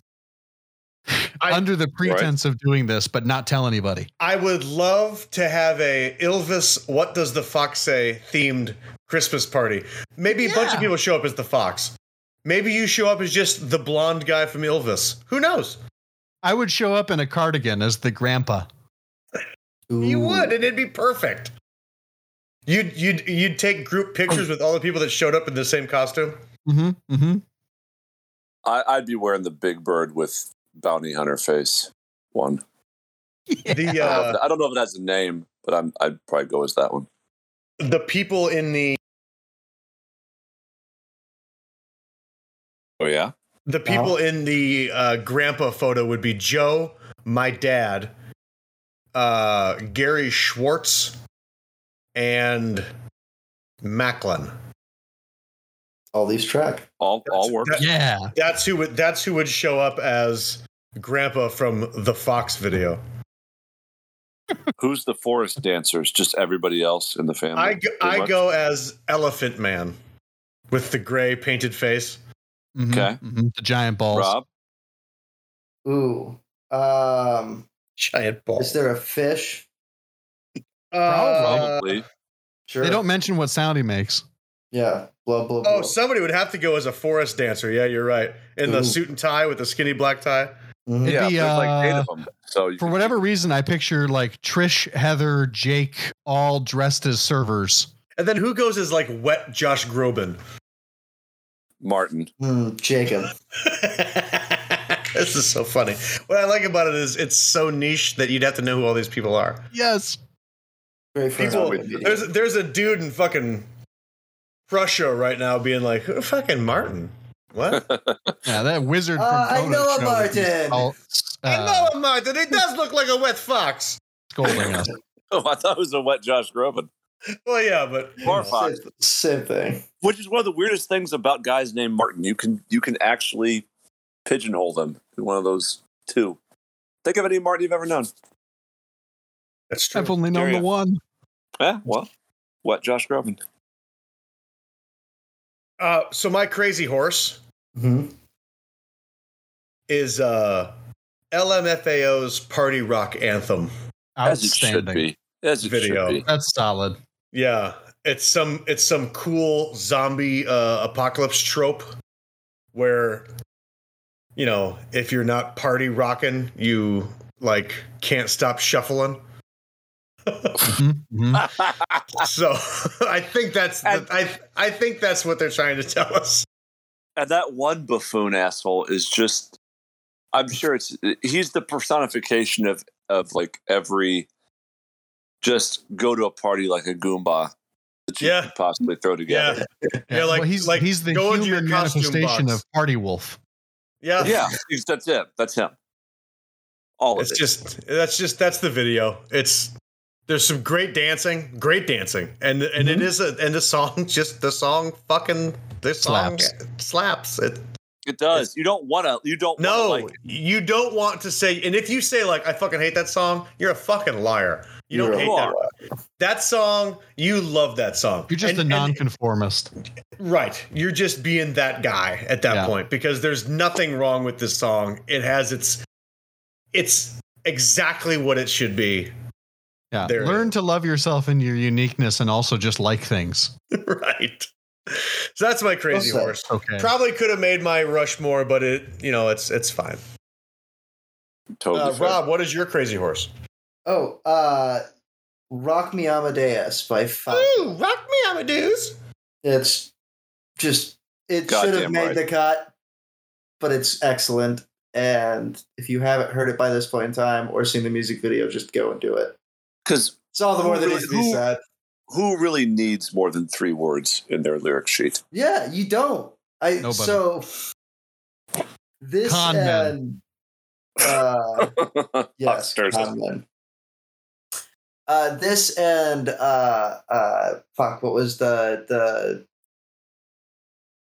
S3: I-
S6: under the pretense of doing this, but not tell anybody?
S3: I would love to have a Ilvis. What does the fox say? Themed Christmas party. Maybe a bunch
S6: Yeah.
S3: of people show up as the fox. Maybe you show up as just the blonde guy from Ilvis. Who knows?
S6: I would show up in a cardigan as the grandpa.
S3: You would, and it'd be perfect. You'd you'd you'd take group pictures with all the people that showed up in the same costume.
S6: Mm-hmm. Mm-hmm.
S5: I, I'd be wearing the big bird with bounty hunter face one.
S3: The
S5: I, don't know
S3: uh,
S5: if, I don't know if it has a name, but I'm I'd probably go with that one.
S3: the people in the
S5: Oh yeah,
S3: the people in the uh, grandpa photo would be Joe, my dad, uh, Gary Schwartz, and Macklin.
S4: All these track.
S5: all all work.
S3: That-
S6: Yeah.
S3: That's who would that's who would show up as grandpa from the Fox video.
S5: Who's the forest dancers? Just everybody else in the family.
S3: I go,
S5: pretty
S3: I
S5: much?
S3: go as Elephant Man with the gray painted face.
S6: Mhm.
S5: Okay.
S6: Mhm. The giant balls.
S5: Rob.
S4: Ooh. Um,
S3: Giant ball.
S4: is there a fish?
S3: Uh,
S5: Probably.
S4: Sure.
S6: They don't mention what sound he makes.
S4: Yeah. Blah blah. blah.
S3: oh, somebody would have to go as a forest dancer. Yeah, you're right. In the
S4: Ooh.
S3: suit and tie with the skinny black tie.
S4: Mhm.
S6: It'd
S5: yeah,
S6: be,
S5: there's like eight
S6: uh,
S5: of them. So you
S6: For
S5: could-
S6: whatever reason, I picture like Trish, Heather, Jake, all dressed as servers.
S3: And then who goes as like wet Josh Groban?
S5: Martin.
S4: Hmm, Jacob.
S3: this is so funny. What I like about it is it's so niche that you'd have to know who all these people are.
S6: Yes.
S4: Great friend.
S3: People,
S4: of mine.
S3: there's there's a dude in fucking Russia right now being like, who fucking Martin?
S5: Oh, Uh,
S3: What?
S6: Yeah, that wizard. From
S4: Uh, I
S6: Conan
S4: know a
S6: showed that he's
S4: Martin.
S6: all,
S3: I
S6: uh,
S3: know him, Martin. He does look like a wet fox.
S6: scolding us.
S5: Oh, I thought it was a wet Josh Groban.
S3: Well, yeah, but
S5: Or Fox.
S4: Same- Same thing.
S5: Which is one of the weirdest things about guys named Martin. You can you can actually pigeonhole them in one of those two. Think of any Martin you've ever known.
S3: that's
S6: I've only known
S5: There
S6: the
S5: you-
S6: one.
S5: Yeah, Eh, well, wet Josh Groban.
S3: Uh, so my crazy horse
S4: Mhm.
S3: is uh, LMFAO's party rock anthem.
S5: As it should
S6: Outstanding.
S5: be. As it
S3: Video.
S5: should be.
S6: That's solid.
S3: Yeah, it's some it's some cool zombie uh, apocalypse trope where you know if you're not party rocking, you like can't stop shuffling.
S6: Mhm, mhm.
S3: so I think that's the, I I think that's what they're trying to tell us.
S5: And that one buffoon asshole is just I'm sure it's he's the personification of of like every just go to a party like a Goomba that you
S3: Yeah.
S5: could possibly throw together.
S3: Yeah, like-
S6: well, he's
S3: like,
S6: he's the
S3: go
S6: human
S3: into your costume
S6: manifestation
S3: box.
S6: of Party Wolf.
S3: Yeah.
S5: Yeah, it's- that's it. That's him. All of
S3: It's
S5: it.
S3: just that's just that's the video. It's there's some great dancing, great dancing, and and it is a and the song just the song fucking this song
S6: Slaps.
S3: slaps. It
S5: it does. You don't want to. You don't.
S3: no, Uh,
S5: Wanna like it.
S3: you don't want to say. And if you say like I fucking hate that song, you're a fucking liar. You
S4: You're
S3: don't
S4: a
S3: hate that. That song, you love that song.
S6: You're just
S3: And-
S6: a
S3: and-
S6: nonconformist.
S3: Right. You're just being that guy at that
S6: Yeah.
S3: point because there's nothing wrong with this song. It has its it's exactly what it should be.
S6: yeah.
S3: there it
S6: Learn
S3: is.
S6: to love yourself and your uniqueness, and also just like things.
S3: right. So that's my crazy
S4: Well said.
S3: horse.
S6: Okay.
S3: Probably could have made my Rushmore, but it you know, it's it's fine.
S5: totally.
S3: Uh,
S5: fair.
S3: Rob, what is your crazy horse?
S4: Oh, uh, Rock Me Amadeus by Fab.
S3: rock me Amadeus.
S4: It's just it should have
S5: Goddamn
S4: made
S5: right.
S4: the cut, but it's excellent. And if you haven't heard it by this point in time or seen the music video, just go and do it.
S5: Because
S4: It's all the more that
S5: Who-
S4: needs to be
S5: who-
S4: said.
S5: who really needs more than three words in their lyric sheet?
S4: Yeah, you don't. I
S6: Nobody.
S4: so this
S6: Con men.
S4: and uh, yes,
S5: Hucksters.
S4: con men. Uh, this and uh, uh, fuck, what was the the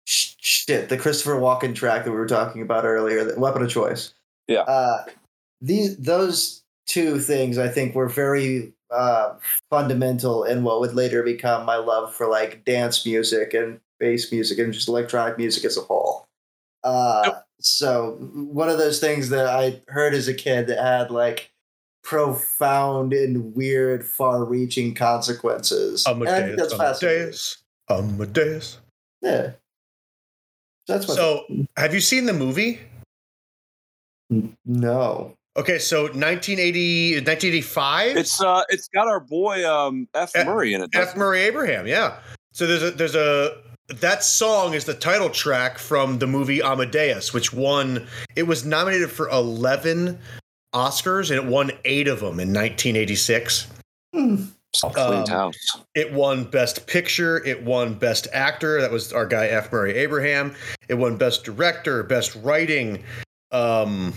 S4: sh- shit? The Christopher Walken track that we were talking about earlier, the Weapon of Choice.
S5: Yeah.
S4: Uh, these those two things, I think, were very uh, fundamental in what would later become my love for like dance music and bass music and just electronic music as a whole. Uh, So one of those things that I heard as a kid that had like profound and weird, far-reaching consequences. And I think
S3: Amadeus.
S4: that's fascinating.
S3: Amadeus. Amadeus.
S4: Yeah. So that's what.
S3: So have you seen the movie?
S4: no.
S3: Okay, so 1980, 1985?
S5: It's uh, it's got our boy um F
S3: F-
S5: Murray in it.
S3: F. Murray Abraham, yeah. So there's a there's a that song is the title track from the movie Amadeus, which won it was nominated for eleven Oscars and it won eight of them in 1986.
S4: Hmm.
S5: Cleaned
S3: Um,
S5: house.
S3: It won Best Picture. It won Best Actor. That was our guy F. Murray Abraham. It won Best Director, Best Writing, um,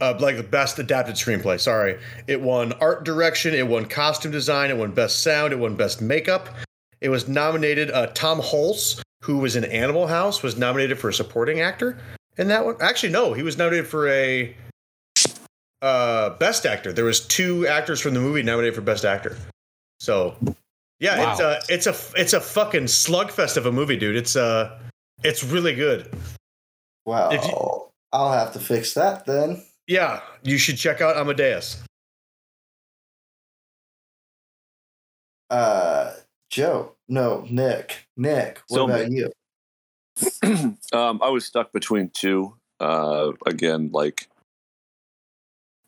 S3: uh, like the Best Adapted Screenplay. Sorry, it won Art Direction. It won Costume Design. It won Best Sound. It won Best Makeup. It was nominated. Uh, Tom Hulce, who was in Animal House, was nominated for a supporting actor in that one. Actually, no, he was nominated for a uh, Best Actor. There was two actors from the movie nominated for Best Actor. So, yeah, it's a it's a it's a fucking slugfest of a movie, dude. It's uh it's really good.
S4: Wow.
S3: If
S4: I'll have to fix that then.
S3: Yeah, you should check out Amadeus.
S4: Uh, Joe. No, Nick. Nick. What
S5: So-
S4: about you?
S5: um, I was stuck between two. Uh, again, like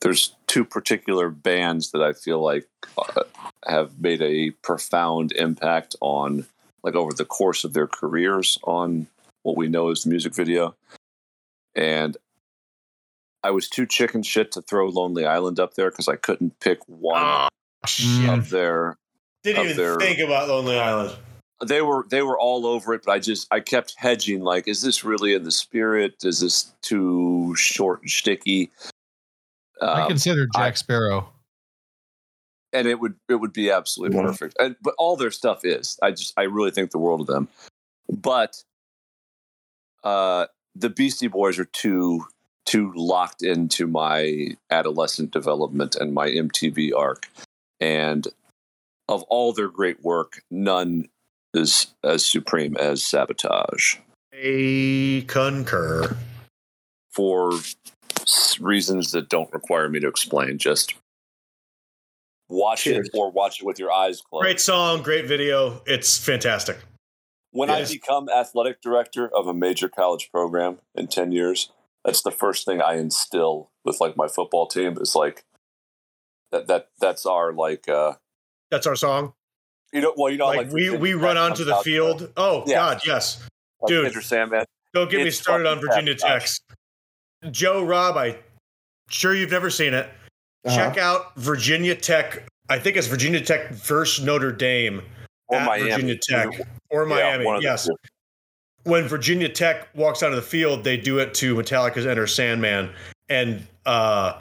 S5: there's two particular bands that I feel like uh, have made a profound impact on, like over the course of their careers, on what we know as the music video. And I was too chicken shit to throw Lonely Island up there because I couldn't pick one
S3: Ah,
S6: Mm.
S5: of their
S3: Didn't
S5: Up
S3: even
S5: there.
S3: think about Lonely Island.
S5: they were they were all over it, but I just I kept hedging. Like, is this really in the spirit? Is this too short and sticky?
S6: I
S5: Um,
S6: consider Jack
S5: I-
S6: Sparrow.
S5: and it would it would be absolutely
S4: Yeah.
S5: perfect. And, but all their stuff is. I just I really think the world of them. But uh, the Beastie Boys are too too locked into my adolescent development and my MTV arc. And of all their great work, none is as supreme as Sabotage
S3: A concur.
S5: for s- reasons that don't require me to explain. Just watch
S4: Cheers.
S5: it or watch it with your eyes closed.
S3: Great song, great video. It's fantastic.
S5: When
S3: Yes.
S5: I become athletic director of a major college program in 10 years, that's the first thing I instill with like my football team is like that that that's our like uh
S3: That's our song.
S5: you know well you know
S3: like, we we run onto the field. oh
S5: Yeah.
S3: God, yes.
S5: like
S3: dude.
S5: Enter Sandman.
S3: Don't get me
S5: It's
S3: started on
S5: fucking
S3: Virginia
S5: fantastic.
S3: Tech's. Joe Rob, I sure you've never seen it.
S4: Uh-huh.
S3: Check out Virginia Tech I think it's Virginia Tech versus Notre Dame
S5: Or
S3: at
S5: Miami.
S3: Virginia Tech or
S5: Yeah,
S3: Miami.
S5: one of the
S3: yes.
S5: two.
S3: When Virginia Tech walks onto the field, they do it to Metallica's Enter Sandman, and uh,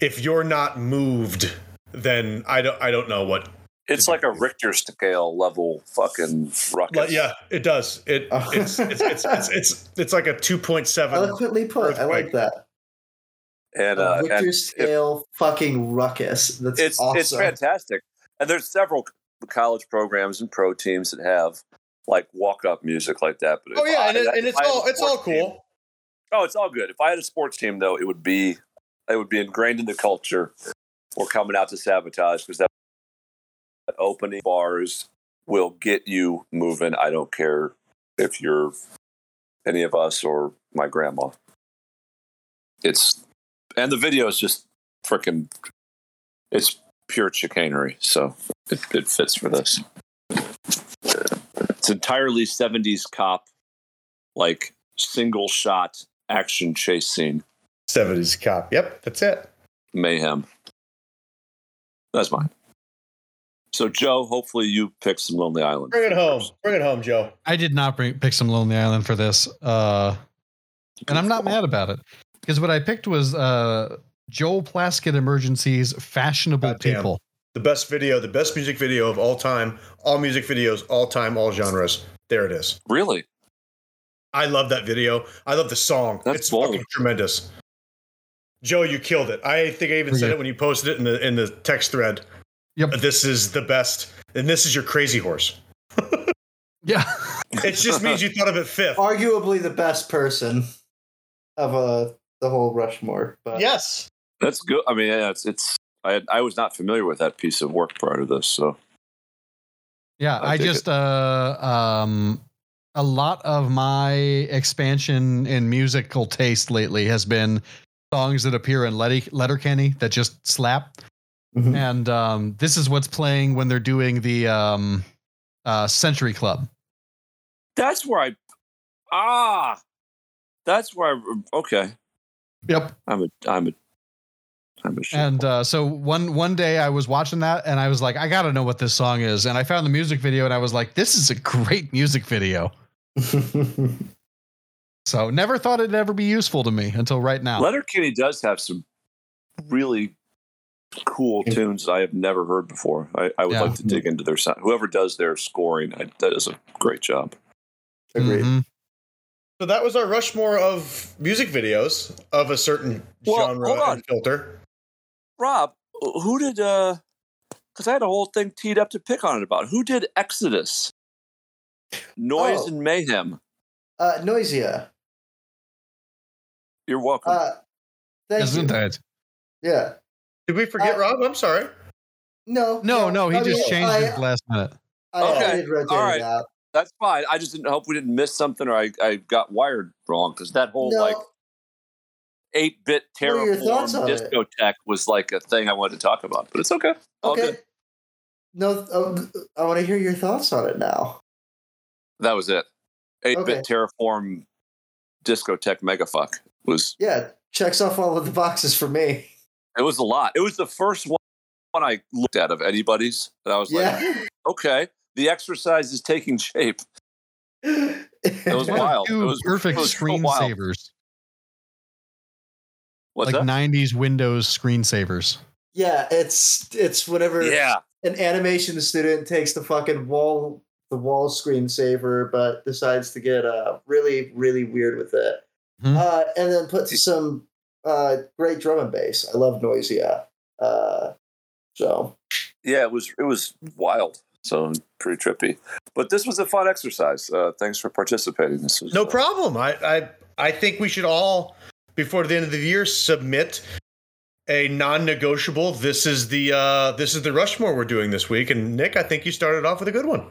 S3: if you're not moved, then I don't I don't know what.
S5: It's like a Richter scale level fucking rocket.
S3: But yeah, it does. It
S4: Oh.
S3: it's, it's, it's it's it's it's like a two point seven.
S4: Eloquently put. I like
S3: Earthquake.
S4: that.
S5: And,
S4: A
S5: uh,
S4: Richter
S5: and
S4: scale fucking ruckus. That's
S5: it's
S4: awesome.
S5: it's fantastic. And there's several college programs and pro teams that have like walk up music like that. But
S3: Oh
S5: if
S3: yeah,
S5: I-
S3: and, it, and
S5: if
S3: it's
S5: I had a
S3: all it's all
S5: sports team-
S3: cool.
S5: Oh, it's all good. If I had a sports team, though, it would be it would be ingrained in the culture. We're coming out to sabotage because that, that opening bars will get you moving. I don't care if you're any of us or my grandma. It's and the video is just freaking. It's pure chicanery, so it, it fits for this. It's entirely '70s cop, like single shot action chase scene
S3: Seventies cop. Yep, that's it.
S5: mayhem. That's mine. So Joe, hopefully you pick some Lonely Island.
S3: Bring it home. Bring it home, Joe.
S6: I did not bring, pick some Lonely Island for this, uh, and I'm not mad about it because what I picked was uh, Joel Plaskett Emergency's "Fashionable
S3: Goddamn.
S6: People."
S3: The best video, the best music video of all time. All music videos, all time, all genres. There it is.
S5: Really?
S3: I love that video. I love the song.
S5: That's
S3: it's
S5: bold.
S3: fucking tremendous. Joe, you killed it. I think I even said
S6: Yeah.
S3: it when you posted it in the in the text thread.
S6: Yep.
S3: This is the best, and this is your crazy horse.
S6: Yeah,
S3: It just means you thought of it fifth.
S4: arguably the best person of uh, the whole Rushmore. But
S3: Yes.
S5: That's good. I mean, yeah, it's it's. I had, I was not familiar with that piece of work prior to this, so
S6: yeah.
S5: I
S6: I,
S5: dig
S6: just uh, um, a lot of my expansion in musical taste lately has been songs that appear in Letter Letterkenny that just slap.
S4: Mhm.
S6: and um, this is what's playing when they're doing the um, uh, Century Club.
S5: that's where I. Ah, that's where I. Okay,
S6: Yep.
S5: I'm a. I'm a. I'm a. Shit.
S6: And uh, so one one day I was watching that and I was like, I gotta know what this song is. And I found the music video and I was like, this is a great music video. So never thought it'd ever be useful to me until right now.
S5: Letterkenny does have some really cool
S4: Yeah.
S5: tunes that I have never heard before. I, I would
S6: Yeah.
S5: like to dig into their sound. Whoever does their scoring, I, that is a great job.
S4: Agreed.
S6: Mhm.
S3: So that was our Rushmore of music videos of a certain
S5: Well,
S3: genre
S5: hold on.
S3: and filter.
S5: Rob, who did? uh Because I had a whole thing teed up to pick on it about. Who did Exodus? Noise
S4: Oh.
S5: and mayhem.
S4: Uh, Noisia.
S5: You're welcome.
S4: Uh, thank
S6: Isn't
S4: you.
S6: that?
S4: Yeah.
S3: Did we forget
S4: Uh,
S3: Rob? I'm sorry.
S4: No.
S6: No, no, he
S4: I
S6: just
S4: mean,
S6: changed
S4: I,
S6: it last minute.
S4: I, I
S5: Okay.
S4: did rotate
S5: All
S4: it
S5: right.
S4: out.
S5: That's fine. I just didn't hope we didn't miss something or I, I got wired wrong because that whole
S4: no,
S5: like eight bit
S4: What are your thoughts
S5: terraform
S4: on it?
S5: discotheque was like a thing I wanted to talk about, but it's okay. All
S4: okay.
S5: good.
S4: No, um, I want to hear your thoughts on it now.
S5: That was it. Eight
S4: Okay.
S5: bit terraform discotheque megafuck was
S4: Yeah, checks off all of the boxes for me.
S5: it was a lot. It was the first one one I looked at of anybody's that I was like,
S4: Yeah.
S5: okay, the exercise is taking shape. It was
S6: One of
S5: wild. It
S6: two
S5: was
S6: perfect
S5: it was so wild.
S6: screensavers.
S5: What's
S6: Like
S5: that?
S6: nineties Windows screensavers.
S4: yeah, it's it's whatever.
S5: yeah,
S4: an animation student takes the fucking wall the wall screensaver but decides to get uh really really weird with it
S3: Hmm.
S6: Mhm.
S4: uh and then puts some uh great drum and bass i love noisia uh so
S5: yeah. It was it was wild. So pretty trippy. But this was a fun exercise. Uh, thanks for participating. This was uh,
S3: No problem. I, I I think we should all, before the end of the year, submit a non-negotiable. This is the uh, this is the Rushmore we're doing this week. And Nick, I think you started off with a good one.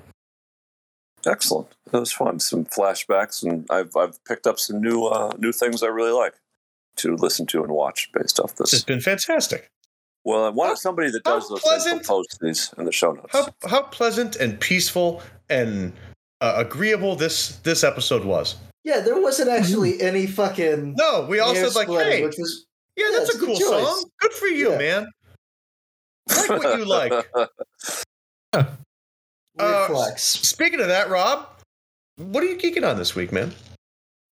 S5: excellent. That was fun. Some flashbacks, and I've I've picked up some new uh, new things I really like to listen to and watch based off this.
S3: This has been fantastic.
S5: Well, I want somebody that
S3: how
S5: does those things to
S3: pleasant.
S5: post these in the show notes.
S3: How how pleasant and peaceful and uh, agreeable this this episode was.
S4: yeah there wasn't actually any fucking
S3: Hmm. No, we all
S4: hair
S3: said like,
S4: splitting,
S3: hey,
S4: which was
S3: yeah,
S4: yeah,
S3: that's
S4: it's
S3: a
S4: a good
S3: cool
S4: choice.
S3: song. Good for you,
S4: Yeah.
S3: man. Like what you like. Uh,
S4: Reflex.
S3: Speaking of that, Rob, what are you geeking on this week, man?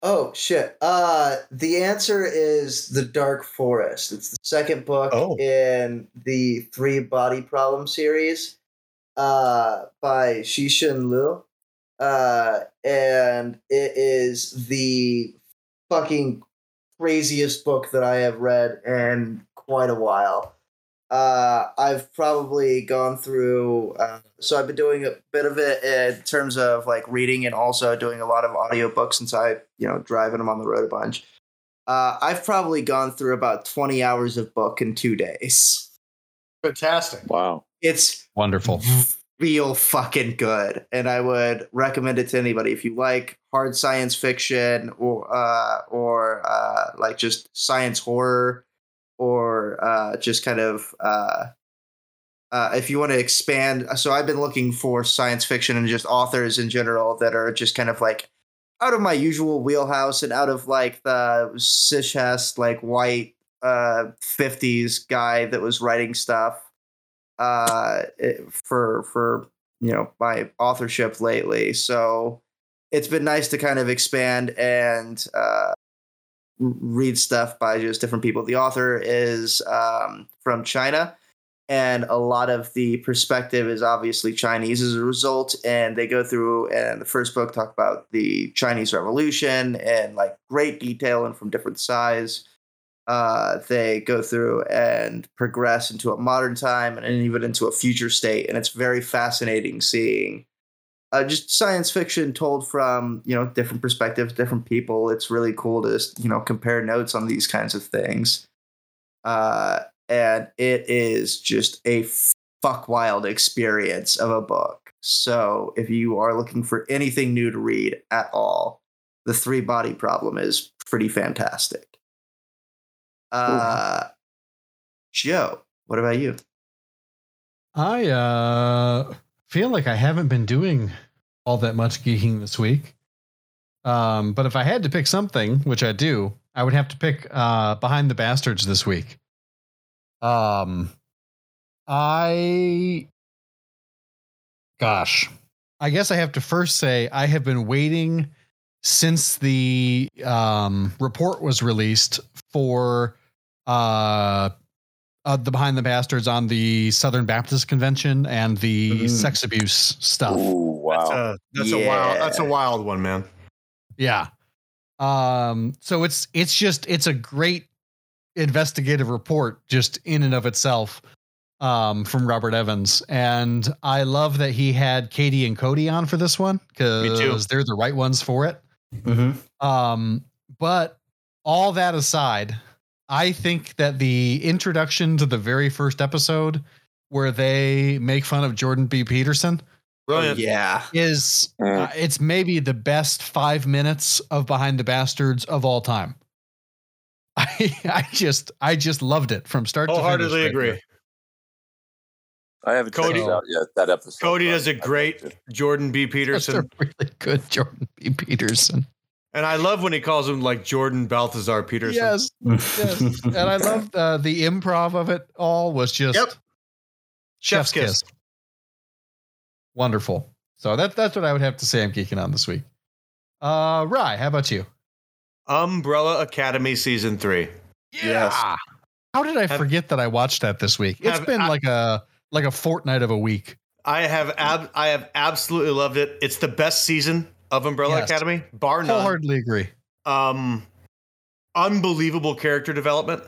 S4: Oh shit. Uh the answer is The Dark Forest. It's the second book
S3: Oh.
S4: in the Three Body Problem series uh by Shishin Liu. Uh and it is the fucking craziest book that I have read in quite a while. Uh, I've probably gone through, uh, so I've been doing a bit of it in terms of like reading and also doing a lot of audiobooks since I, you know, driving them on the road a bunch. Uh, I've probably gone through about 20 hours of book in two days.
S3: Fantastic.
S5: wow.
S4: It's
S6: Wonderful.
S4: real fucking good and i would recommend it to anybody if you like hard science fiction or uh or uh like just science horror or uh just kind of uh uh, if you want to expand, so I've been looking for science fiction and just authors in general that are just kind of like out of my usual wheelhouse and out of like the cis like white uh, 50s guy that was writing stuff uh it- for for you know my authorship lately so it's been nice to kind of expand and uh read stuff by just different people the author is um from china and a lot of the perspective is obviously chinese as a result and they go through and the first book talk about the chinese revolution and like great detail and from different sides uh, they go through and progress into a modern time and even into a future state. And it's very fascinating seeing uh, just science fiction told from you know different perspectives, different people. It's really cool to just, you know compare notes on these kinds of things. Uh, and it is just a fuck wild experience of a book. So if you are looking for anything new to read at all, the three body problem is pretty fantastic. Uh, Joe, what about you?
S6: I uh, feel like I haven't been doing all that much geeking this week. Um, but if I had to pick something, which I do, I would have to pick uh, Behind the Bastards this week. Um, I, gosh, I guess I have to first say I have been waiting since the um, report was released for uh, uh, the Behind the Bastards on the Southern Baptist Convention and the
S3: Mhm.
S6: sex abuse stuff.
S5: Ooh, wow.
S3: Uh, that's a
S4: Yeah.
S3: wild. That's a wild one, man.
S6: Yeah. Um, so it's it's just it's a great investigative report just in and of itself um from Robert Evans. And I love that he had Katie and Cody on for this one because they're the right ones for it. Um, but all that aside, I think that the introduction to the very first episode where they make fun of Jordan B. Peterson
S3: Brilliant.
S4: Yeah.
S6: is
S5: Mm.
S6: uh, it's maybe the best five minutes of Behind the Bastards of all time. I, I just I just loved it from start to finish.
S3: Wholeheartedly
S6: right
S3: agree.
S6: there.
S5: I haven't checked
S3: Cody-
S5: it out yet. That episode.
S3: Cody
S5: but
S3: does a
S5: I'd like
S3: great
S5: to.
S3: Jordan B.
S6: That's a
S3: Peterson,
S6: really good Jordan B. Peterson.
S3: and I love when he calls him like Jordan Balthazar Peterson.
S6: Yes, yes. and I love uh, the improv of it all was just
S3: Yep.
S6: chef's kiss. Wonderful. So that that's what I would have to say. I'm geeking on this week. Uh, Rye, how about you?
S3: Umbrella Academy season three.
S5: Yes.
S6: Yeah. How did I
S3: Have-
S6: forget that I watched that this week? It's
S3: Have-
S6: been
S3: I-
S6: like a like a fortnight of a week.
S3: I have ab- I have absolutely loved it. It's the best season of Umbrella
S6: Yes.
S3: Academy, bar none.
S6: Wholeheartedly agree.
S3: Um, unbelievable character development.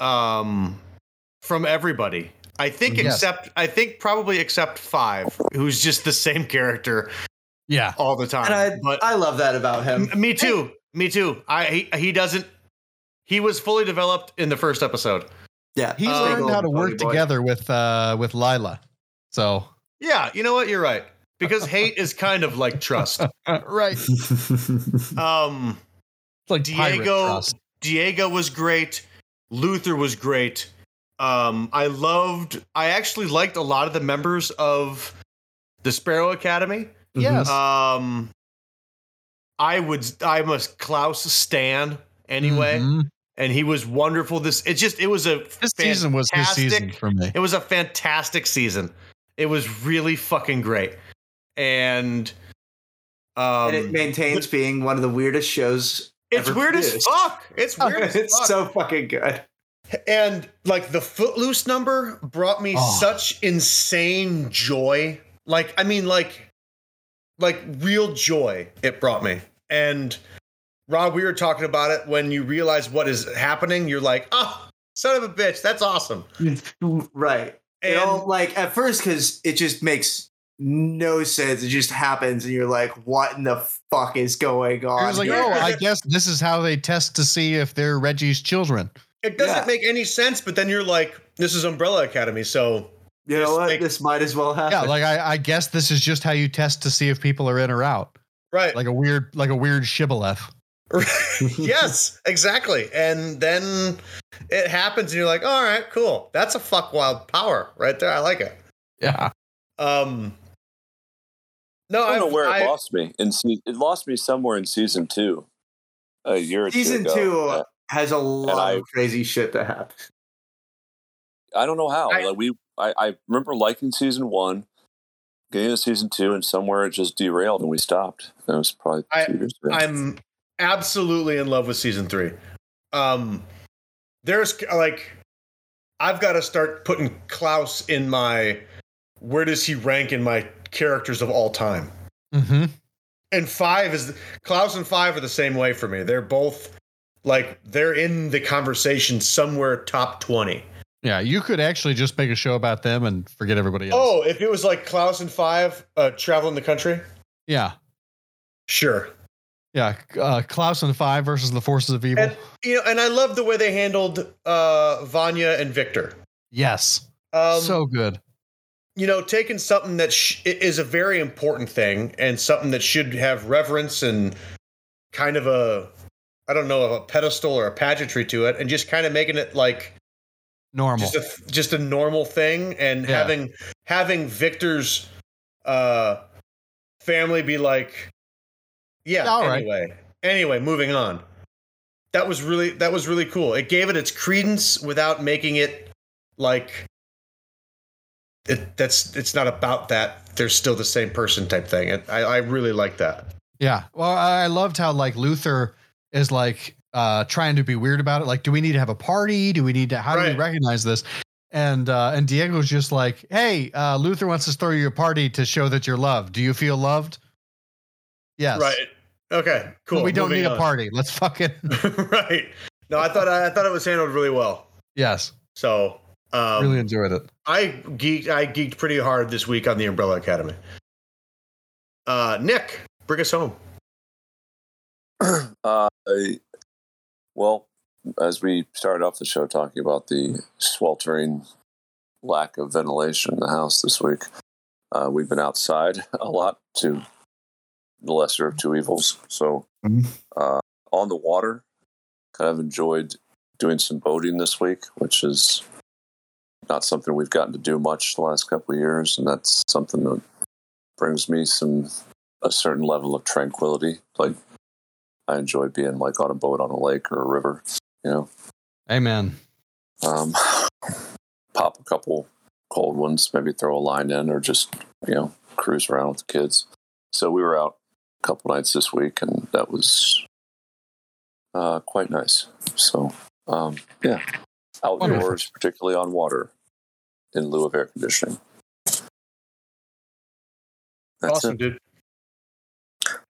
S3: Um, from everybody. I think
S6: Yes.
S3: except I think probably except five, who's just the same character
S6: Yeah.
S3: all the time.
S4: And I,
S3: but
S4: I love that about him.
S3: M- me too. Me too. I he, he doesn't. He was fully developed in the first episode.
S4: Yeah. Uh,
S6: He
S3: Um,
S6: learned how to work together with uh with Lila. So
S3: Yeah, you know what? You're right. Because hate is kind of like trust.
S6: Uh, right. It's
S3: Um,
S6: like pirate
S3: Diego
S6: trust.
S3: Diego was great. Luther was great. Um, I loved. I actually liked a lot of the members of the Sparrow Academy.
S6: Yes.
S3: uh, Um, I would. I'm a Klaus Stan anyway.
S6: Mhm.
S3: and he was wonderful. This it just it was a
S6: This season was his season
S3: fantastic-
S6: for me.
S3: It was a fantastic season. It was really fucking great, and um,
S2: and it maintains being one of the weirdest shows.
S3: it's
S2: ever
S3: weird as
S2: produced.
S3: fuck. It's weird as
S2: it's
S3: fuck.
S2: so fucking good.
S3: And like the Footloose number brought me
S6: Oh.
S3: such insane joy. Like I mean, like like real joy it brought me. And Rob, we were talking about it when you realize what is happening. You're like, oh, son of a bitch, that's awesome.
S2: Right.
S3: And
S2: it all like at first because it just makes no sense. It just happens, and you're like, "What in the fuck is going on?"
S6: I was like,
S2: here?"
S6: oh, I guess this is how they test to see if they're Reggie's children.
S3: it doesn't
S2: yeah.
S3: make any sense. But then you're like, this is Umbrella Academy, so
S2: you know
S3: this
S2: what?
S3: make-
S2: this might as well happen.
S6: Yeah, like I, I guess this is just how you test to see if people are in or out.
S3: right.
S6: Like a weird, like a weird shibboleth.
S3: yes, exactly. And then it happens, and you're like, all right, cool. That's a fuck wild power right there. I like it.
S6: Yeah.
S3: Um, no,
S5: I don't know where it
S3: I,
S5: lost me. In se- it lost me somewhere in season two, a year or
S2: Season
S5: two ago.
S2: two
S5: Uh,
S2: has a lot
S5: I-
S2: of crazy shit that happens.
S5: I don't know how.
S3: I-
S5: like we, I, I remember liking season one, getting into season two, and somewhere it just derailed and we stopped. That was probably two
S3: I-
S5: years ago.
S3: I'm absolutely in love with season three. Um, there's like, I've got to start putting Klaus in my. Where does he rank in my characters of all time?
S6: Mm-hmm.
S3: and five is Klaus and five are the same way for me. They're both like they're in the conversation somewhere top twenty.
S6: Yeah, you could actually just make a show about them and forget everybody else.
S3: Oh, if it was like Klaus and five uh, traveling the country,
S6: Yeah.
S3: sure.
S6: Yeah. Uh, Klaus and Five versus the Forces of Evil.
S3: And you know, and I love the way they handled uh, Vanya and Victor.
S6: yes.
S3: Um,
S6: so good.
S3: you know, taking something that sh- i- is a very important thing and something that should have reverence and kind of a, I don't know, a pedestal or a pageantry to it, and just kind of making it like
S6: Normal.
S3: just a just a normal thing and
S6: Yeah.
S3: having having victor's uh family be like yeah
S6: All right.
S3: anyway anyway moving on that was really that was really cool it gave it its credence without making it like it, that's it's not about that they're still the same person type thing and i, I really like that
S6: Yeah. Well, I I loved how like Luther is like uh trying to be weird about it. Like, do we need to have a party? Do we need to how do
S3: Right.
S6: we recognize this? And uh and Diego's just like, hey, uh Luther wants us to throw you a party to show that you're loved. Do you feel loved? Yes.
S3: right okay
S6: But
S3: cool
S6: we don't
S3: moving
S6: need a party. Let's fucking
S3: on. right no i thought I, I thought it was handled really well
S6: Yes.
S3: so um
S6: really enjoyed it.
S3: I geeked I geeked pretty hard this week on the Umbrella Academy. Uh, Nick, bring us home.
S5: Uh, I- well, as we started off the show talking about the sweltering lack of ventilation in the house this week, uh, we've been outside a lot to the lesser of two evils. So,
S2: Mhm.
S5: uh, on the water, kind of enjoyed doing some boating this week, which is not something we've gotten to do much the last couple of years, and that's something that brings me some a certain level of tranquility. Like I enjoy being like on a boat on a lake or a river, you know.
S6: Amen.
S5: Um, pop a couple cold ones, maybe throw a line in or just, you know, cruise around with the kids. So we were out a couple nights this week and that was uh, quite nice. So, um, yeah, outdoors,
S6: Wonderful.
S5: particularly on water in lieu of air conditioning. That's
S3: awesome,
S5: it.
S3: dude.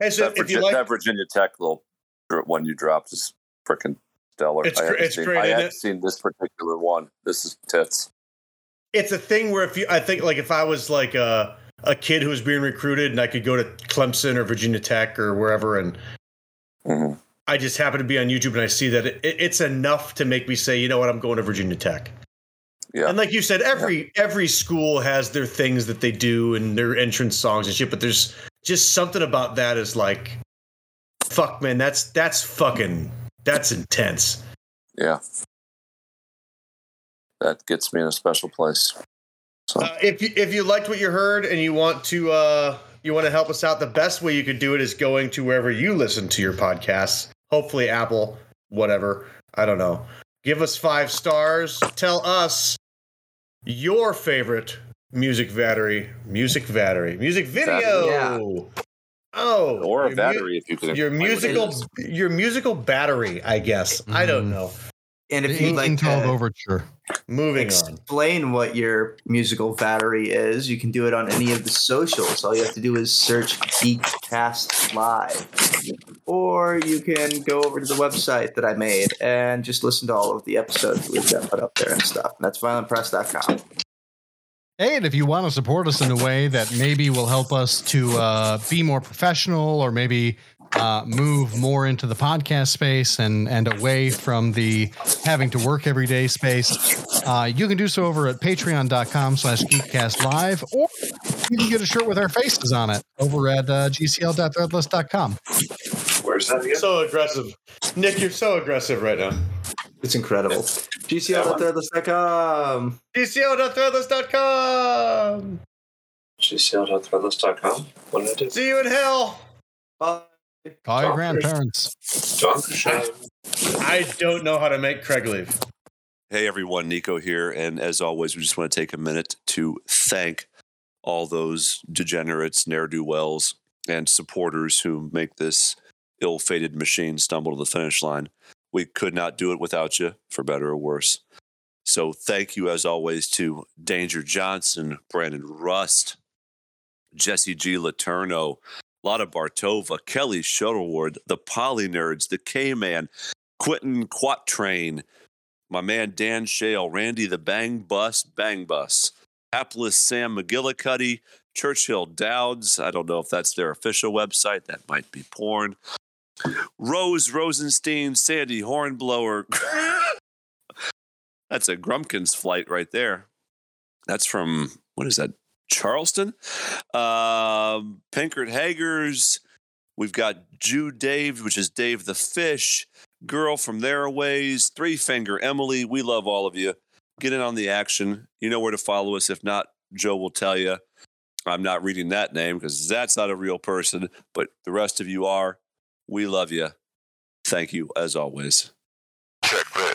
S3: Hey, so
S5: that,
S3: if you
S5: Virgi-
S3: like,
S5: that Virginia Tech little dr- one you dropped is freaking stellar.
S3: It's
S5: I
S3: gr-
S5: haven't,
S3: it's
S5: seen,
S3: great,
S5: I
S3: isn't
S5: haven't
S3: it?
S5: seen this particular one. This is tits.
S3: it's a thing where if you, I think like if I was like a a kid who was being recruited and I could go to Clemson or Virginia Tech or wherever, and
S2: Mm-hmm.
S5: Mhm.
S3: I just happen to be on YouTube and I see that it, it's enough to make me say, you know what, I'm going to Virginia Tech.
S5: Yeah.
S3: And like you said, every every school has their things that they do and their entrance songs and shit, but there's just something about that is like fuck man, that's that's fucking that's intense.
S5: Yeah. That gets me in a special place. So,
S3: Uh, if you if you liked what you heard and you want to uh you want to help us out, the best way you could do it is going to wherever you listen to your podcasts, hopefully Apple, whatever. I don't know. Give us five stars. Tell us your favorite music battery, music battery, music video. Oh,
S2: or
S3: your
S2: a
S3: mu-
S2: battery if you can.
S3: your
S2: explain what it
S3: musical,
S2: is.
S3: your musical battery. I guess I don't
S6: Mm.
S3: know.
S4: And
S6: The
S4: if
S3: uh,
S4: you'd like
S6: Inking 12
S4: to
S6: Overture.
S3: Moving on.
S4: explain what your musical battery is, you can do it on any of the socials. All you have to do is search Geekcast Live. Or you can go over to the website that I made and just listen to all of the episodes we've got put up there and stuff. And that's violentpress.com.
S6: Hey, and if you want to support us in a way that maybe will help us to uh, be more professional or maybe uh, move more into the podcast space and, and away from the having to work every day space, uh, you can do so over at patreon.com slash geekcast live, or you can get a shirt with our faces on it over at uh, gcl.threadless.com.
S2: Where's that again?
S3: So aggressive, Nick. You're so aggressive right now.
S4: It's incredible. GCL.threadless.com.
S3: DCL.threadless.com.
S2: GCL.threadless.com. What did I do?
S3: See you in hell.
S4: Bye.
S6: Call your
S2: Talkers.
S6: grandparents.
S2: John Cushing.
S3: I don't know how to make Craig leave.
S1: Hey everyone, Nico here, and as always, we just want to take a minute to thank all those degenerates, ne'er do wells, and supporters who make this ill-fated machine stumble to the finish line. We could not do it without you, for better or worse. So thank you, as always, to Danger Johnson, Brandon Rust, Jesse G. Letourneau, Lotta Bartova, Kelly Shuttleward, the Poly Nerds, the K-Man, Quentin Quatrain my man Dan Shale, Randy the Bang Bus, Bang Bus, hapless Sam McGillicuddy, Churchill Dowds. I don't know if that's their official website. That might be porn. Rose Rosenstein, Sandy Hornblower. that's a Grumpkins flight right there. That's from, what is that, Charleston? Um, Pinkert Hagers. We've got Jew Dave, which is Dave the Fish girl from their ways, three finger Emily. We love all of you. Get in on the action. You know where to follow us. If not, Joe will tell you. I'm not reading that name because that's not a real person, but the rest of you are. We love you. Thank you as always.
S8: Checkmate.